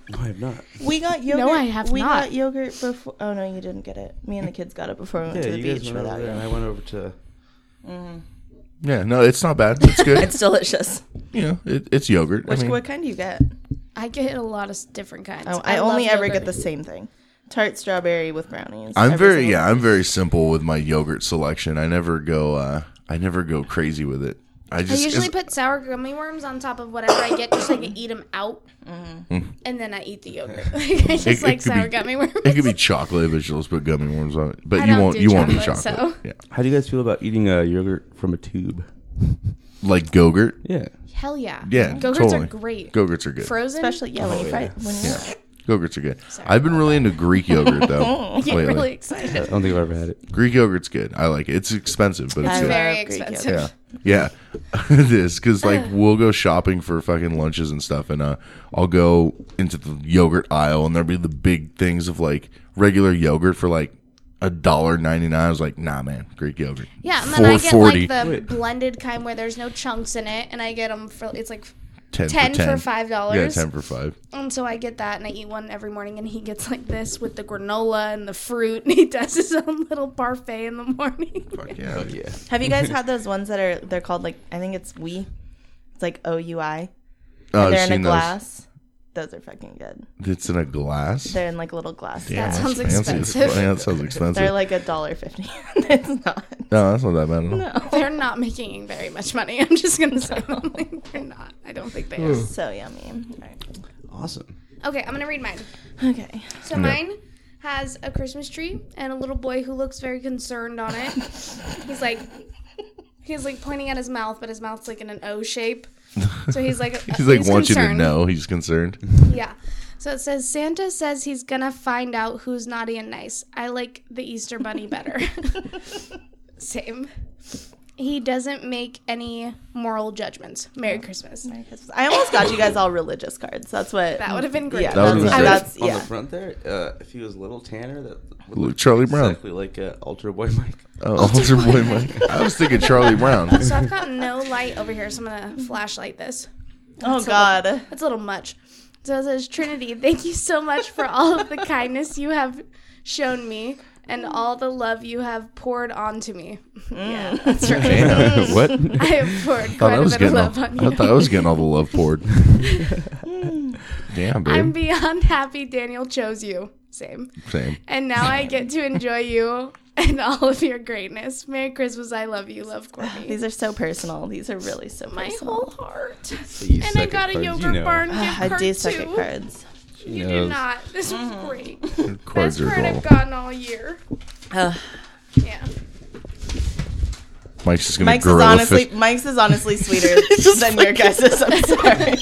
H: No, I have not.
E: We got
L: No,
E: yogurt.
L: I have
E: we
L: not.
E: got yogurt before. Oh no, you didn't get it. Me and the kids got it before we went
H: Yeah,
E: to the
H: you guys
E: beach
H: went over
E: without you.
H: there, and I went over to.
E: Mhm.
D: Yeah, no, it's not bad. It's good.
E: it's delicious.
D: you know, it, it's yogurt.
E: Which,
D: I mean,
E: what kind do you get?
L: I get a lot of different kinds.
E: Oh, I,
L: love
E: only ever
L: yogurt.
E: get the same thing: tart strawberry with brownies.
D: I'm
E: every
D: very
E: single-
D: yeah, I'm very simple with my yogurt selection. I never go uh I never go crazy with it. I
L: I
D: just
L: usually
D: it's-
L: put sour gummy worms on top of whatever I get, just so I can eat them out, and then I eat the yogurt. Like, I just
D: Mm-hmm. It- it
L: like
D: could
L: sour
D: be-
L: gummy worms.
D: It could be chocolate, but you'll just put gummy worms on it. But
L: I
D: you
L: don't
D: won't.
L: do
D: You won't eat
L: chocolate,
D: chocolate.
L: so-
D: Yeah,
H: How do you guys feel about eating uh, yogurt from a tube?
D: like Go-Gurt.
H: Yeah.
L: Hell yeah.
D: Yeah,
L: Go-Gurts
D: totally.
L: are great.
D: Go-Gurts are good.
L: Frozen,
E: especially yeah when
L: Oh,
E: you fry when you.
D: Yeah, Go-Gurts are good. I've been really into Greek yogurt though.
E: I get
D: lately.
E: really excited.
H: I don't think I've ever had it.
D: Greek yogurt's good. I like it. It's expensive, but it's,
L: It's
D: good.
L: very
E: love Greek
L: expensive.
D: Yeah. Yeah. it is cuz like we'll go shopping for fucking lunches and stuff and uh I'll go into the yogurt aisle and there'll be the big things of like regular yogurt for like a dollar 99. I was like, "Nah, man. Greek yogurt."
L: Yeah, and then I get like
D: 440.
L: the blended kind where there's no chunks in it, and I get them for it's like
D: 10 for
L: for,
D: 10.
L: five
D: Yeah,
L: dollars.
D: 10 for 5.
L: And so I get that, and I eat one every morning, and he gets like this with the granola and the fruit, and he does his own little parfait in the morning.
D: Yeah.
H: yeah.
E: Have you guys had those ones that are they're called like I think it's we, it's like O U I.
D: Oh,
E: and
D: I've
E: they're in
D: seen
E: a
D: those.
E: glass. Those. are fucking good.
D: It's in a glass.
E: They're in like little glass.
D: Damn, that's Sounds
E: sacks.
D: fancy as expensive. fuck. Yeah, that sounds expensive.
E: They're like a dollar fifty. it's not.
D: No, that's not that bad at all.
L: No, they're not making very much money. I'm just gonna say like, they're not. I don't think they are.
E: It's so yummy.
H: Awesome.
L: Okay, I'm gonna read mine.
E: Okay.
L: So
E: Yeah.
L: mine has a Christmas tree and a little boy who looks very concerned on it. he's like, he's like pointing at his mouth, but his mouth's like in an O shape. So he's like,
D: he's like wants you to
L: concerned.
D: know he's concerned.
L: Yeah. So it says Santa says he's gonna find out who's naughty and nice. I like the Easter Bunny better. Same. He doesn't make any moral judgments. Merry Christmas. Merry
E: Christmas. I almost got you guys all religious cards. That's what
L: That would've been great.
E: Yeah,
H: That would've
E: that's,
H: been great.
E: that's-
H: on
E: yeah.
H: the front there. Uh, if he was little Tanner, that would
D: Little Charlie Brown.
H: exactly like uh, Ultra Boy Mike.
D: Oh, Ultra Boy Mike. I was thinking Charlie Brown.
L: So I've got no light over here, so I'm gonna flashlight this.
E: Oh,
L: That's a
E: God.
L: little- that's a little much. So it says Trinity, thank you so much for all of the kindness you have shown me and all the love you have poured onto me.
E: Mm.
L: Yeah, that's right.
D: Damn, what?
L: I have poured
D: Thought
L: quite
D: I
L: a
D: was
L: bit of
D: getting all,
L: love on you.
D: I thought I was getting all the love poured. Damn, babe.
L: I'm beyond happy Daniel chose you. Same.
D: Same.
L: And now I get to enjoy you and all of your greatness. Merry Christmas. I love you. Love Courtney.
E: These are so personal. These are really so
L: My
E: personal.
L: whole heart.
E: you
L: and I
E: suck at
L: got
E: cards,
L: a
E: you
L: yogurt
E: know.
L: barn gift
E: Ah, I
L: card
E: do suck at
L: too.
E: cards. Mm.
L: You
D: She
L: do
D: knows.
L: not. This was great.
D: cards
L: Best
D: are
L: card I've
D: dull.
L: gotten all year.
E: Ugh.
L: yeah.
D: Mike's just gonna
E: Mike's is
D: gorilla
E: honestly
D: fist-
E: Mike's is honestly sweeter than your guys's. I'm sorry.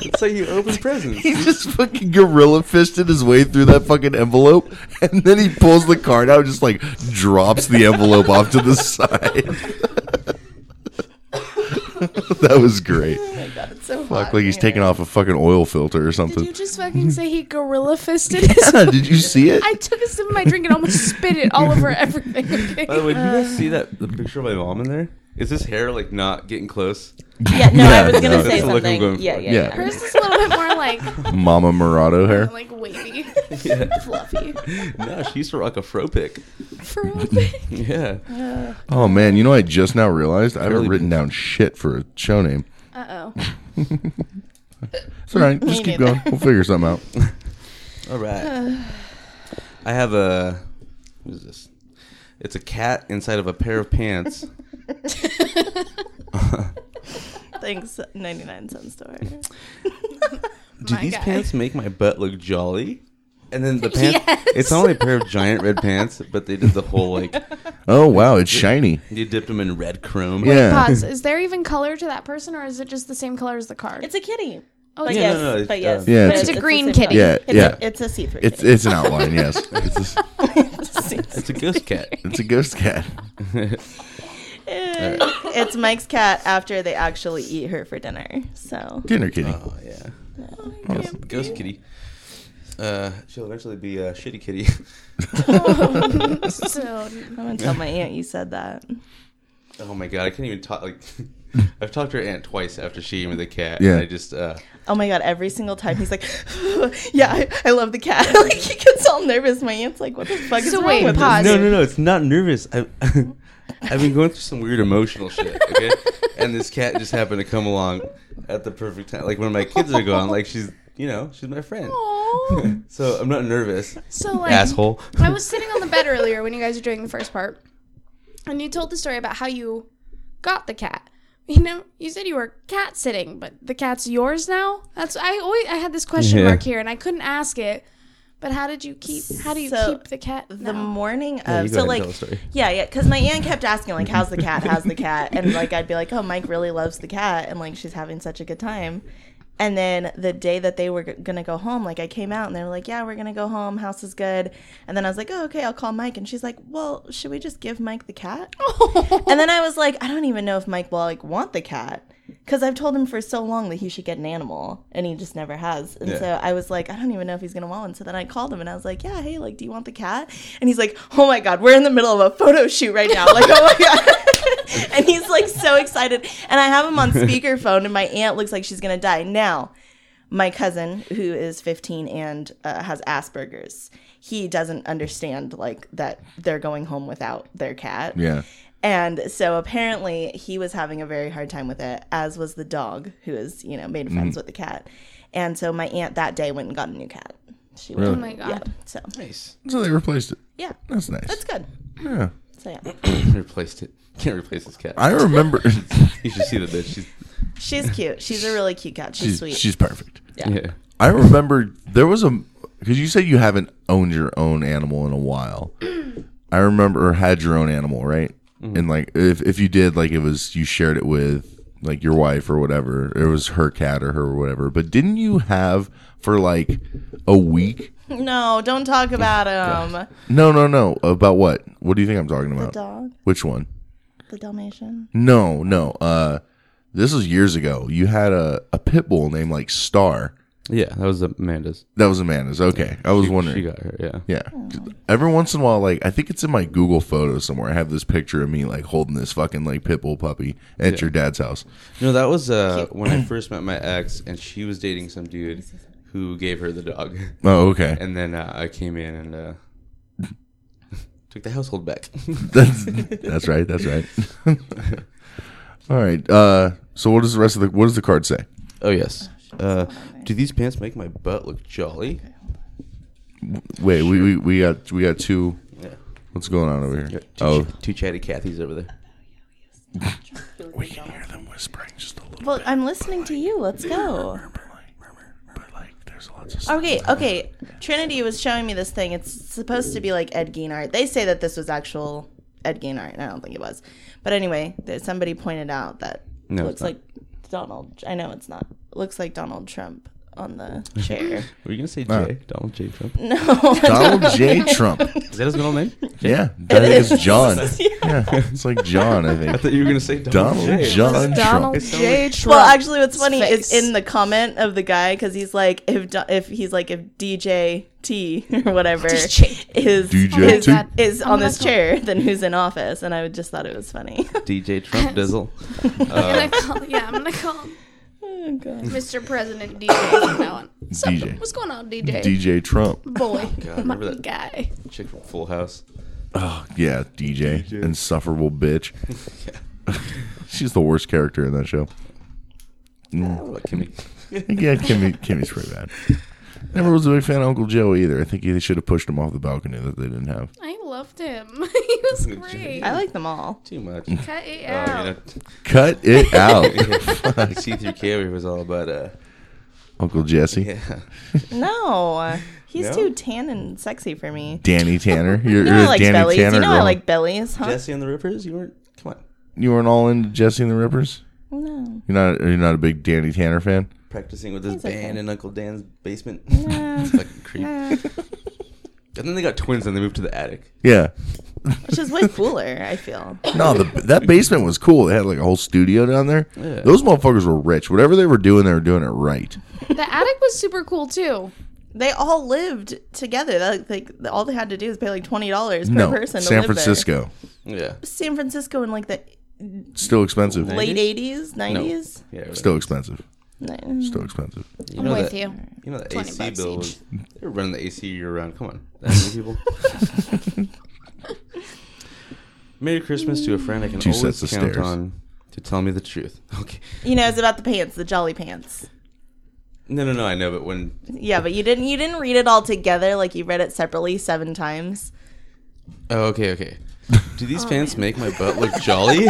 H: It's like you open presents.
D: He just fucking gorilla fisted his way through that fucking envelope, and then he pulls the card out, and just like drops the envelope off to the side. that was great. Oh
E: my god, it's so
D: Fuck,
L: hot
D: like he's taking off a fucking oil filter or something.
L: You just fucking say he gorilla fisted his.
D: Yeah, did you see it?
L: I took a sip of my drink and almost spit it all over everything. Okay?
H: By the way, do you guys see that the picture of my mom in there? Is this hair like not getting close?
E: Yeah, no, I was gonna
H: That's
E: say
H: the look
E: something.
H: I'm going
E: Yeah,
H: for.
E: yeah, yeah.
L: Hers is a little bit more like
D: Mama Murado hair.
L: like wavy,
H: Yeah.
L: fluffy.
H: No, she used to rock a fro pick.
L: Fro pick?
H: yeah.
L: Uh
D: Oh man, you know what I just now realized I haven't
H: Curly
D: written down shit for a show name.
L: oh.
D: It's all right.
L: Me
D: Just keep
L: neither.
D: going. We'll figure something out.
H: All right. I have a. What is this? It's a cat inside of a pair of pants.
E: Thanks, ninety nine cent store.
H: Do
E: My
H: these
E: guy.
H: pants make my butt look jolly? And then the pants. It's not only a pair of giant red pants, but they did the whole like.
D: Oh wow, it's shiny.
H: You dipped them in red chrome.
D: Yeah.
L: Pause. Is there even color to that person, or is it just the same color as the card? It's
E: a kitty.
L: Oh,
E: But
L: it's-
E: yes,
H: no, no,
E: but
H: it's,
E: yes,
H: um,
D: Yeah,
E: but
D: it's
L: a
E: the
L: green
E: same
L: kitty.
E: color.
D: Yeah,
E: it's
D: yeah.
E: A, it's a see-through.
D: It's
E: kitty.
D: it's an outline. Yes, it's a,
H: It's a ghost cat.
D: it's a ghost cat.
E: It's Mike's cat after they actually eat her for dinner. So
D: Dinner kitty.
H: Oh yeah. Ghost kitty. Uh, she'll eventually be a shitty kitty.
E: so I'm gonna tell my aunt you said that.
H: oh my god, I can't even talk. Like, I've talked to her aunt twice after she gave me the cat.
D: Yeah.
H: And I just uh,
E: Oh my god! Every single time he's like, "Yeah, I, I love the cat." like he gets all nervous. My aunt's like, "What the fuck is
L: So
E: wrong
L: wait,
E: with
L: pause.
E: this?"
H: No, no, no. It's not nervous. I, I've been going through some weird emotional shit. Okay, and this cat just happened to come along at the perfect time. Like when my kids are gone, like she's, you know, she's my friend. so I'm not nervous.
L: oh, So like
H: asshole.
L: I was sitting on the bed earlier when you guys were doing the first part, and you told the story about how you got the cat. You know, you said you were cat sitting, but the cat's yours now. That's I always I had this question
E: Yeah.
L: mark here, and I couldn't ask it. But how did you keep? How do you
E: So,
L: keep the cat?
E: The morning
L: Yeah,
E: of,
L: you go
E: so
L: ahead and
E: like,
L: tell the story.
E: yeah, yeah, because my aunt kept asking like, "How's the cat? How's the cat?" And like, I'd be like, "Oh, Mike really loves the cat, and like, she's having such a good time." And then the day that they were g- gonna go home, like, I came out and they were like, "Yeah, we're gonna go home. House is good." And then I was like, "Oh, okay, I'll call Mike." And she's like, "Well, should we just give Mike the cat?" and then I was like, "I don't even know if Mike will like want the cat." Because I've told him for so long that he should get an animal, and he just never has. And
M: Yeah.
E: so I was like, I don't even know if he's gonna want one. So then I called him and I was like, Yeah, hey, like, do you want the cat? And he's like, Oh my god, we're in the middle of a photo shoot right now. Like, oh my god. and he's like so excited. And I have him on speakerphone, and my aunt looks like she's gonna die. Now, my cousin, who is 15 and uh, has Asperger's, he doesn't understand like that they're going home without their cat.
D: Yeah.
E: And so apparently he was having a very hard time with it, as was the dog, who is, you know, made friends
D: Mhm.
E: with the cat. And so my aunt that day went and got a new cat. She
D: Really?
E: went,
D: Oh my
E: Yeah,
L: God.
E: so
H: nice.
D: So they replaced it.
E: Yeah.
D: That's nice.
E: That's good.
D: Yeah.
E: So yeah.
H: replaced it. Can't replace this cat.
D: I remember-
H: you should see the bitch. She's
E: She's cute. She's a really cute cat. She's,
D: she's
E: sweet.
D: she's perfect.
E: Yeah.
H: Yeah.
D: I remember there was a because you said you haven't owned your own animal in a while. I
H: Mm-hmm.
D: remember or had your own animal, right? And like if if you did, like it was you shared it with like your wife or whatever. It was her cat or her whatever. But didn't you have for like a week?
E: No, don't talk about him.
D: No, no, no. About what? What do you think I'm talking about?
E: dog?
D: Which one?
E: The Dalmatian.
D: No, no. Uh, this was years ago. You had a, a pit bull named like Star.
H: Yeah, that was Amanda's.
D: That was Amanda's. Okay, I was
H: She-
D: wondering.
H: she got her, yeah.
D: yeah. Every once in a while, like I think it's in my Google photos somewhere. I have this picture of me like holding this fucking like pit bull puppy at
H: Yeah.
D: your dad's house.
H: No, that was uh, when I first met my ex, and she was dating some dude who gave her the dog.
D: Oh, okay.
H: And then uh, I came in and uh, took the household back.
D: That's that's right. That's right. All right. Uh, so what does the rest of the what does the card say?
H: Oh yes. Uh, do these pants make my butt look jolly?
D: Wait, we, we we got we got two.
H: Yeah.
D: What's going on over here?
H: Two,
D: Oh,
H: ch- two chatty Cathys over there.
D: we can hear them whispering just a little.
E: Well, I'm listening to you. Let's go. Okay, okay. Trinity was showing me this thing. It's supposed to be like Ed Gein art. They say that this was actual Ed Gein art, and I don't think it was. But anyway, that somebody pointed out that
H: No,
E: looks
H: it's not.
E: like Donald. I know it's not. Looks like Donald Trump on the chair.
H: Were you gonna say
D: Ah.
H: Jay? Donald J. Trump?
E: No.
D: Donald J. Trump.
H: Is that his middle name? Jay?
D: Yeah, I think it's John.
E: Yeah.
D: yeah, it's like John. I think.
H: I thought you were gonna say Donald,
D: Donald
H: J.
D: John Trump.
L: J. Trump.
E: Well, actually, what's funny
L: Face.
E: is in the comment of the guy because he's like, if Do- if he's like if DJ T or whatever
L: DJ.
E: is
D: DJ
E: is,
D: T.
E: is
L: Oh
E: on
L: my
E: this
L: God.
E: chair, then who's in office? And I would- just thought it was funny.
H: DJ Trump Dizzle. Uh.
L: I'm gonna call, yeah, I'm gonna call him
E: oh god.
L: Mr. President DJ from now on. So,
D: DJ.
L: What's going on, DJ?
D: DJ Trump.
L: Boy,
H: God,
L: my
H: remember that
L: guy.
H: chick from Full House?
D: Oh yeah, DJ, insufferable bitch. She's the worst character in that show. Mm.
H: Oh, look, Kimmy.
D: Yeah, Kimmy, Kimmy's pretty bad. Never was a big fan of Uncle Joe either. I think they should have pushed him off the balcony that they didn't have.
L: I loved him. he was great.
E: I like them all.
H: Too much.
L: Cut it
H: Oh,
L: out.
D: Cut it out,
H: C through K was all about uh
D: Uncle Jesse.
H: yeah.
E: No, he's
H: No?
E: too tan and sexy for me.
D: Danny Tanner. You're,
E: You know
D: you're
E: I
D: a
E: like
D: Danny
E: bellies.
D: Tanner
E: you know I
D: girl.
E: like bellies, huh?
H: Jesse and the Rippers, you weren't come on.
D: You weren't all into Jesse and the Rippers.
E: No.
D: You're not. You're not a big Danny Tanner fan.
H: Practicing with his
E: He's
H: band
E: okay.
H: in Uncle Dan's basement.
E: Nah.
H: Fucking creep. And then they got twins and they moved to the attic.
D: Yeah.
E: Which is way cooler, I feel.
D: No, the, that basement was cool. They had like a whole studio down there.
H: Yeah.
D: Those motherfuckers were rich. Whatever they were doing, they were doing it right.
L: The attic was super cool too.
E: They all lived together. That, like, all they had to do is pay like twenty dollars per
D: no,
E: person. To
D: San
E: live there.
D: Francisco
H: Yeah.
E: San Francisco in like the
D: still expensive.
E: late 80s, 90s.
H: Yeah. right.
D: Still expensive.
E: Nin-
D: Still expensive.
H: You
L: I'm
H: know
L: with
H: that-
L: you.
H: You know the
L: 20
H: AC
L: bucks
H: bill
L: each.
H: was they were running the AC year round. Come on. That many people. Merry Christmas to a friend I can
D: Two
H: always
D: sets of
H: count
D: stairs.
H: on to tell me the truth. Okay.
E: You know, it's about the pants, the jolly pants.
H: No, no, no, I know, but when
E: Yeah, but you didn't you didn't read it all together like you read it separately seven times.
H: Oh, okay, okay. Do these pants make my butt look jolly?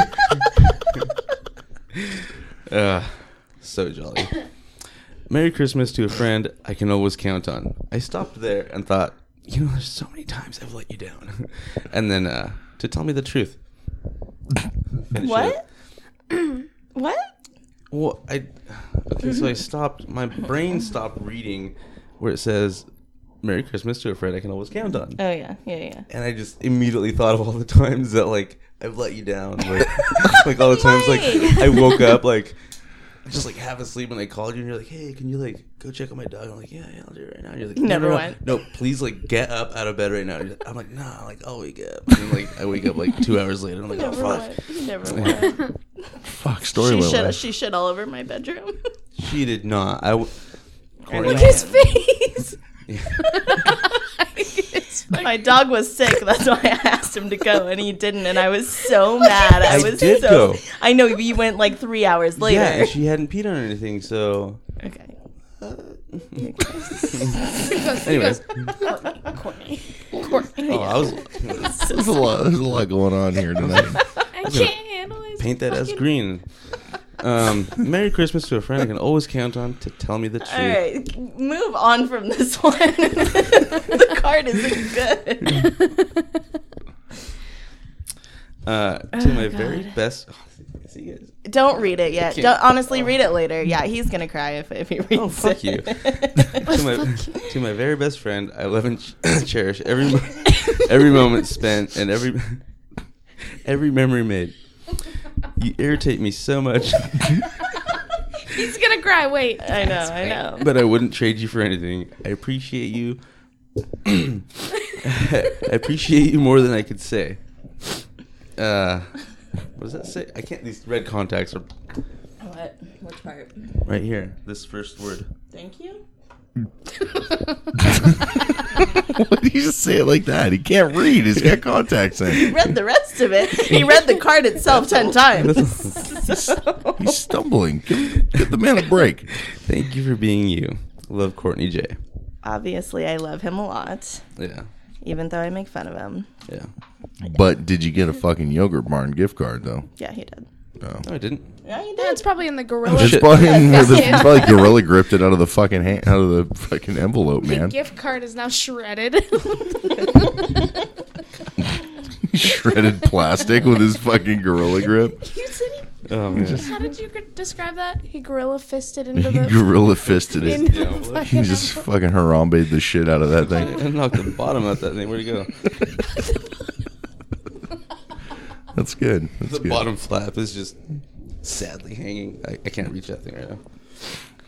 H: uh, so jolly. Merry Christmas to a friend I can always count on. I stopped there and thought, you know, there's so many times I've let you down. and then uh, to tell me the truth. Finish it up.
E: What? what?
H: Well, I okay, so I stopped. My brain stopped reading where it says, "Merry Christmas to a friend I can always count on."
E: Oh yeah, yeah, yeah.
H: and I just immediately thought of all the times that like I've let you down, like, like all the times like
E: Mike!
H: I woke up like just like half asleep and I called you and you're like, hey, can you like go check on my dog? I'm like, yeah, yeah, I'll do it right now. And you're like, no,
E: Never
H: no, no,
E: went.
H: No, please like get up out of bed right now. And you're like- I'm like, nah, like I'll wake up. And then, like I wake up like two hours later. And I'm like, oh
E: Never
H: fuck,
E: went. Never went.
D: Fuck story
E: she
D: went
E: shit
D: left.
E: she shit all over my bedroom.
H: she did not. I. W-
L: Look
H: Corey,
L: at his face.
E: my dog was sick, that's why I asked him to go and he didn't and I was so mad. I,
H: I
E: was
H: did
E: so
H: go.
E: I know you went like three hours later.
H: yeah, and she hadn't peed on anything, so
E: okay.
H: anyways.
L: Courtney. Courtney.
H: Oh, I was
D: There's a lot. There's a lot going on here tonight.
L: I can't handle his
H: paint that as
L: fucking-
H: green. Um, Merry Christmas to a friend I can always count on to tell me the truth.
E: All right, move on from this one. the card isn't good.
H: Uh, to my very best. Oh, see you guys.
E: Don't read it yet.
H: can't.
E: Don't, honestly, read it later. Yeah, he's gonna cry if, if he reads oh, it.
H: Fuck you. to, my, to my very best friend, I love and ch- cherish every mo- every moment spent and every every memory made. You irritate me so much,
L: He's gonna cry. Wait.
E: I know. I know.
H: but I wouldn't trade you for anything. I appreciate you. I appreciate you more than I could say. Uh, what does that say? I can't. These red contacts are
E: What? Which part?
H: right here. This first word.
E: Thank you.
D: Why do you just say it like that? He can't read. He's got contacts
E: He
D: in.
E: read the rest of it. He read the card itself ten times. So-
D: He's stumbling. Give, give the man a break.
H: Thank you for being you. Love Courtney J.
E: Obviously, I love him a lot,
H: Yeah.
E: even though I make fun of him.
H: Yeah.
D: But did you get a fucking yogurt barn gift card though?
E: Yeah, he did.
D: No.
H: No, I didn't.
E: Yeah, you
L: That's probably in the gorilla.
D: It's probably, it's probably gorilla gripped it out of the fucking hand, out of the fucking envelope,
L: The
D: man.
L: gift card is now shredded.
D: Shredded plastic with his fucking gorilla grip.
L: You said he-
D: Oh man. Just
L: How did you g- describe that? He gorilla fisted into the
D: gorilla fisted
L: into the
D: it. He
L: fucking
D: just fucking harambe the shit out of that thing.
H: I knocked the bottom out that thing. Where'd it go?
D: That's good. That's
H: the
D: good.
H: bottom flap is just sadly hanging. I, I can't reach that thing right now.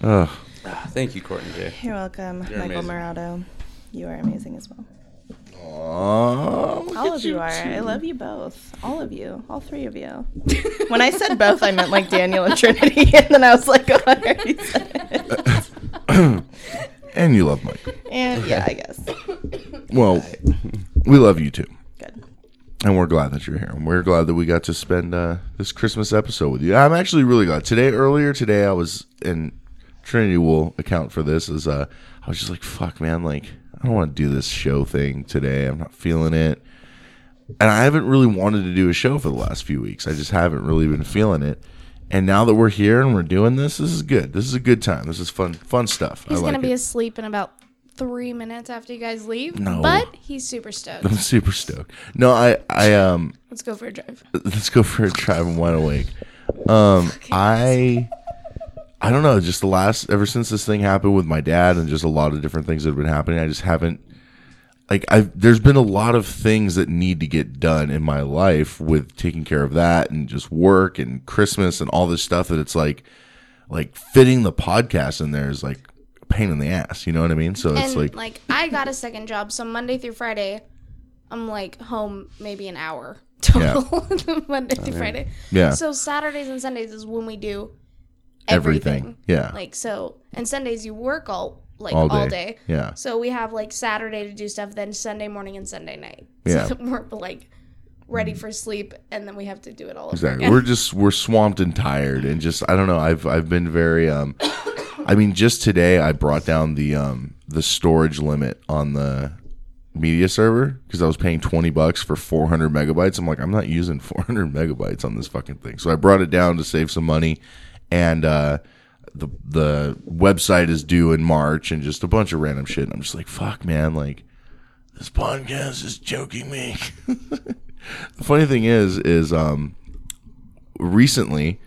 D: Ugh.
H: Ah, Thank you, Courtney J.
E: You're welcome,
H: You're
E: Michael
H: amazing.
E: Morado. You are amazing as well.
D: Aw, look
E: all
D: at
E: of you, are. I
D: two.
E: love you both. All of you. All three of you. when I said both, I meant like Daniel and Trinity, and then I was like, oh, I already said it.
D: and you love Mike.
E: And yeah, I guess.
D: Well, we love you too.
E: Good.
D: And we're glad that you're here. And we're glad that we got to spend uh, this Christmas episode with you. I'm actually really glad. Today, earlier today, I was, and Trinity will account for this, is uh, I was just like, fuck, man, like, I don't want to do this show thing today. I'm not feeling it. And I haven't really wanted to do a show for the last few weeks. I just haven't really been feeling it. And now that we're here and we're doing this, this is good. This is a good time. This is fun, fun stuff.
L: He's
D: I like
L: gonna be
D: it.
L: asleep in about three minutes after you guys leave.
D: No.
L: But he's super stoked.
D: I'm super stoked. No, I, I, um,
L: Let's go for a drive.
D: let's go for a drive and wide awake. Um, I, I don't know. Just the last ever since this thing happened with my dad, and just a lot of different things that have been happening. I just haven't. Like I, have there's been a lot of things that need to get done in my life with taking care of that and just work and Christmas and all this stuff that it's like, like fitting the podcast in there is like a pain in the ass. You know what I mean? So it's
L: and
D: like,
L: like, I got a second job, so Monday through Friday, I'm like home maybe an hour total Monday through Friday.
D: Yeah.
L: So Saturdays and Sundays is when we do
D: Everything.
L: everything.
D: Yeah.
L: Like so, and Sundays you work all like
D: All
L: all
D: day.
L: day.
D: Yeah.
L: So we have like Saturday to do stuff, then Sunday morning and Sunday night.
D: Yeah.
L: So that we're like ready for sleep, and then we have to do it all over
D: Exactly.
L: again.
D: We're just we're swamped and tired and just I don't know. I've I've been very um I mean just today I brought down the um the storage limit on the media server because I was paying 20 bucks for 400 megabytes. I'm like I'm not using 400 megabytes on this fucking thing. So I brought it down to save some money and uh the the website is due in March and just a bunch of random shit. And I'm just like fuck man like this podcast is joking me. the funny thing is is um recently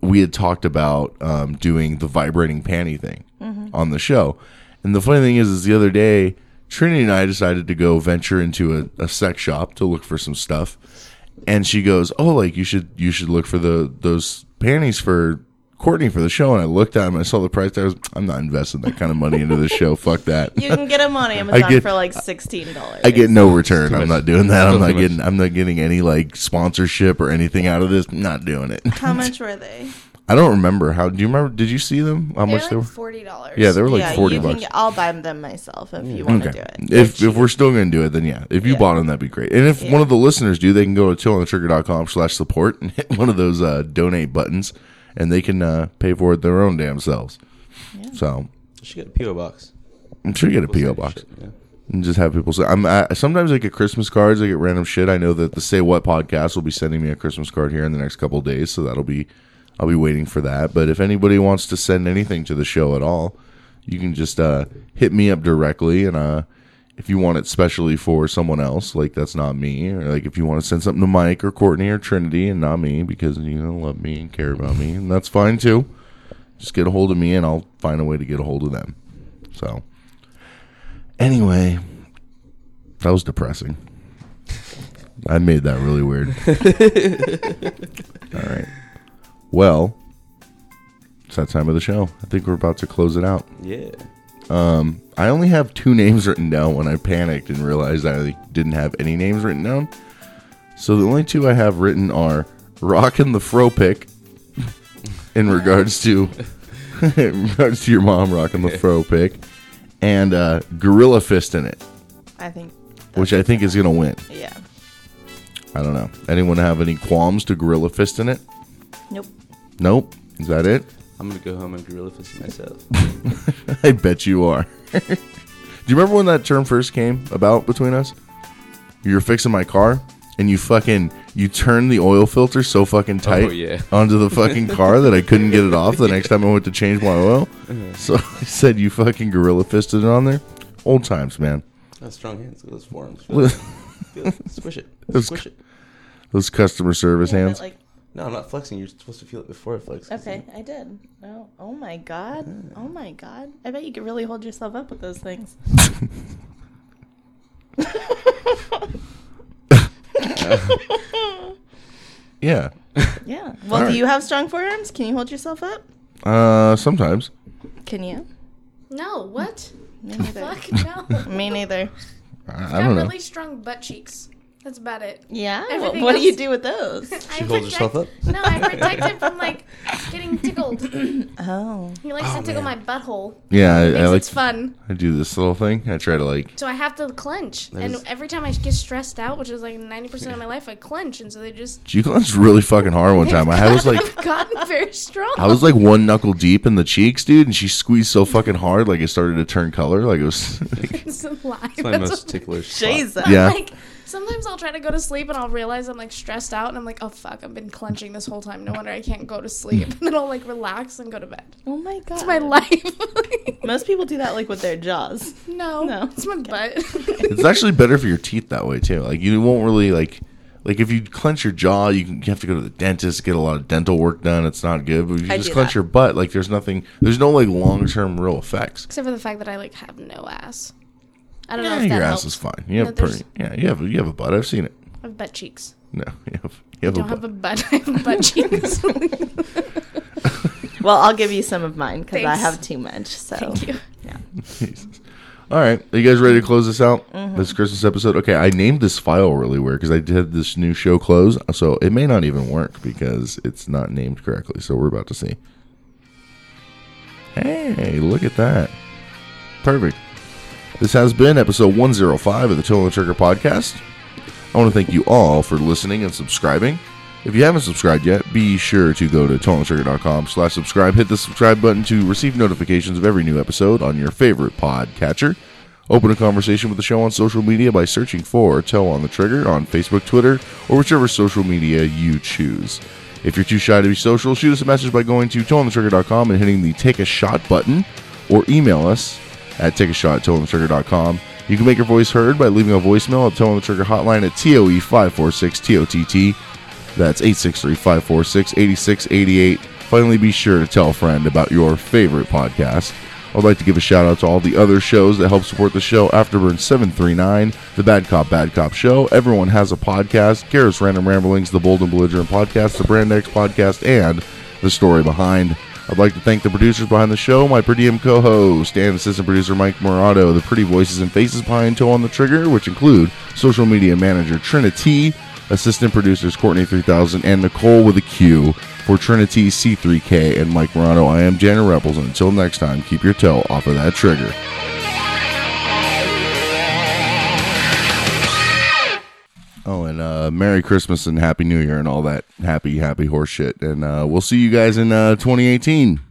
D: we had talked about um, doing the vibrating panty thing on the show and the funny thing is is the other day trinity and i decided to go venture into a, a sex shop to look for some stuff and she goes oh like you should you should look for the those panties for courtney for the show and i looked at them i saw the price tag, I was i'm not investing that kind of money into the show fuck that
E: You can get them on Amazon
D: get-
E: for like sixteen dollars.
D: I get no return. I'm not doing that. I'm
H: Still
D: not
H: too much.
D: getting. I'm not getting any like sponsorship or anything out of this. Not doing it.
E: How much were they?
D: I don't remember how. Do you remember? Did you see them? How
L: They're
D: much
L: like
D: they were?
L: $40.
D: Yeah, they were like
E: yeah,
D: forty
E: you
D: bucks.
E: Can get, I'll buy them myself if you want to do it.
D: If, if we're still going to do it, then yeah. If you bought them, that'd be great. And if one of the listeners do, they can go to tillandtrigger.com slash support and hit one of those uh, donate buttons, and they can uh, pay for it their own damn selves. So
H: She got a PO box.
D: I'm sure you get a PO box. And just have people say, "I'm." I, sometimes I get Christmas cards. I get random shit. I know that the Say What podcast will be sending me a Christmas card here in the next couple of days, so that'll be, I'll be waiting for that. But if anybody wants to send anything to the show at all, you can just uh, hit me up directly, and uh, if you want it specially for someone else, like that's not me, or like if you want to send something to Mike or Courtney or Trinity and not me because you know love me and care about me, and that's fine too. Just get a hold of me and I'll find a way to get a hold of them. So anyway, that was depressing. I made that really weird. All right. Well, it's that time of the show. I think we're about to close it out.
H: Yeah.
D: Um, I only have two names written down when I panicked and realized I didn't have any names written down. So the only two I have written are Rock and the Fro Pick in regards to in regards to your mom rocking the Fro Pick and uh, Gorilla Fist in it,
E: I think.
D: which I think is going to win.
E: Yeah.
D: I don't know. Anyone have any qualms to Gorilla Fist in it?
E: Nope.
D: Nope. Is that it?
H: I'm gonna go home and gorilla fist myself.
D: I bet you are. Do you remember when that term first came about between us? You're fixing my car and you fucking you turned the oil filter so fucking tight
H: yeah.
D: onto the fucking car that I couldn't get it off the next time I went to change my oil. So I said you fucking gorilla fisted it on there. Old times, man.
H: That's strong hands. Look at those forearms. Feel
D: Look-
H: it. Feel it. Squish it.
D: Those,
H: Squish it.
D: those customer service hands.
H: No, I'm not flexing. You're supposed to feel it before it flexes.
E: Okay, I did. Oh, oh my god. Oh my god. I bet you could really hold yourself up with those things.
D: yeah.
E: Yeah. Well, do
D: Alright.
E: you have strong forearms? Can you hold yourself up?
D: Uh, sometimes.
E: Can you?
L: No, what?
E: Me neither.
L: Fuck no.
E: Me neither.
D: I, I don't know.
L: got really strong butt cheeks. That's about it.
E: Yeah. Wh-
L: Everything
E: what do you
L: else-
E: do with those?
L: I protect- No, I protect him from like getting tickled. he
E: Oh.
L: likes to tickle my butthole.
D: Yeah, I,
L: Makes
D: I like
L: it's fun.
D: I do this little thing. I try to like
L: So I have to clench,
D: That
L: and
D: is-
L: every time I get stressed out, which is like ninety percent of my life, I clench, and so they just.
D: G clench really fucking hard one time. I had- was like
L: I've gotten very strong.
D: I was like one knuckle deep in the cheeks, dude, and she squeezed so fucking hard, like it started to turn color. Like it was.
L: it's a lie.
D: It's my most ticklish spot.
L: Jesus.
D: Yeah.
L: Like sometimes I'll try to go to sleep and I'll realize I'm like stressed out and I'm like, oh fuck, I've been clenching this whole time. No wonder I can't go to sleep.
D: Mm.
L: And then I'll like relax and go to bed.
E: Oh my god.
L: It's my life.
E: Most people do that like with their jaws.
L: No, no, it's my butt.
D: it's actually better for your teeth that way too. Like you won't really like, like if you clench your jaw, you, can, you have to go to the dentist, get a lot of dental work done. It's not good. But if you
L: I
D: just
L: do
D: clench
L: that.
D: your butt, like there's nothing, there's no like long term real effects.
L: Except for the fact that I like have no ass. I don't
D: Yeah,
L: know if that
D: your
L: helps.
D: ass is fine. You have
L: No, there's-
D: pretty. Yeah, you have you have a butt. I've seen it.
L: I have butt cheeks.
D: No, you have you
L: I
D: have a
L: don't
D: butt.
L: have a butt. I have butt cheeks.
E: Well, I'll give you some of mine because I
L: Thanks.
E: have too much. So. Thank
L: you.
D: Jesus. All right, are you guys ready to close this out?
E: Mhm.
D: This Christmas episode. Okay, I named this file really weird because I did this new show close, uh, so it may not even work because it's not named correctly. So we're about to see. Hey, look at that! Perfect. This has been episode 105 of the Total Trigger podcast. I want to thank you all for listening and subscribing. If you haven't subscribed yet, be sure to go to toneandsugar.com slash subscribe. Hit the subscribe button to receive notifications of every new episode on your favorite pod catcher. Open a conversation with the show on social media by searching for Toe on the Trigger on Facebook, Twitter, or whichever social media you choose. If you're too shy to be social, shoot us a message by going to toeonthetrigger.com and hitting the Take a Shot button, or email us at takeashot.toeonthetrigger.com. You can make your voice heard by leaving a voicemail at Toe on the Trigger hotline at E TOE 546 TOTT. That's 863 546 8688. Finally, be sure to tell a friend about your favorite podcast. I'd like to give a shout out to all the other shows that help support the show Afterburn 739, The Bad Cop Bad Cop Show, Everyone Has a Podcast, Garrett's Random Ramblings, The Bold and Belligerent Podcast, The Brand X Podcast, and The Story Behind. I'd like to thank the producers behind the show, my per diem co-host and assistant producer Mike Morado, the pretty voices and faces behind Toe on the Trigger, which include social media manager Trinity, assistant producers Courtney 3000, and Nicole with a Q. For Trinity, C3K, and Mike Morano, I am Janet Rebels, and until next time, keep your toe off of that trigger. Oh, and uh, Merry Christmas and Happy New Year and all that happy, happy horse shit. And uh, we'll see you guys in uh, 2018.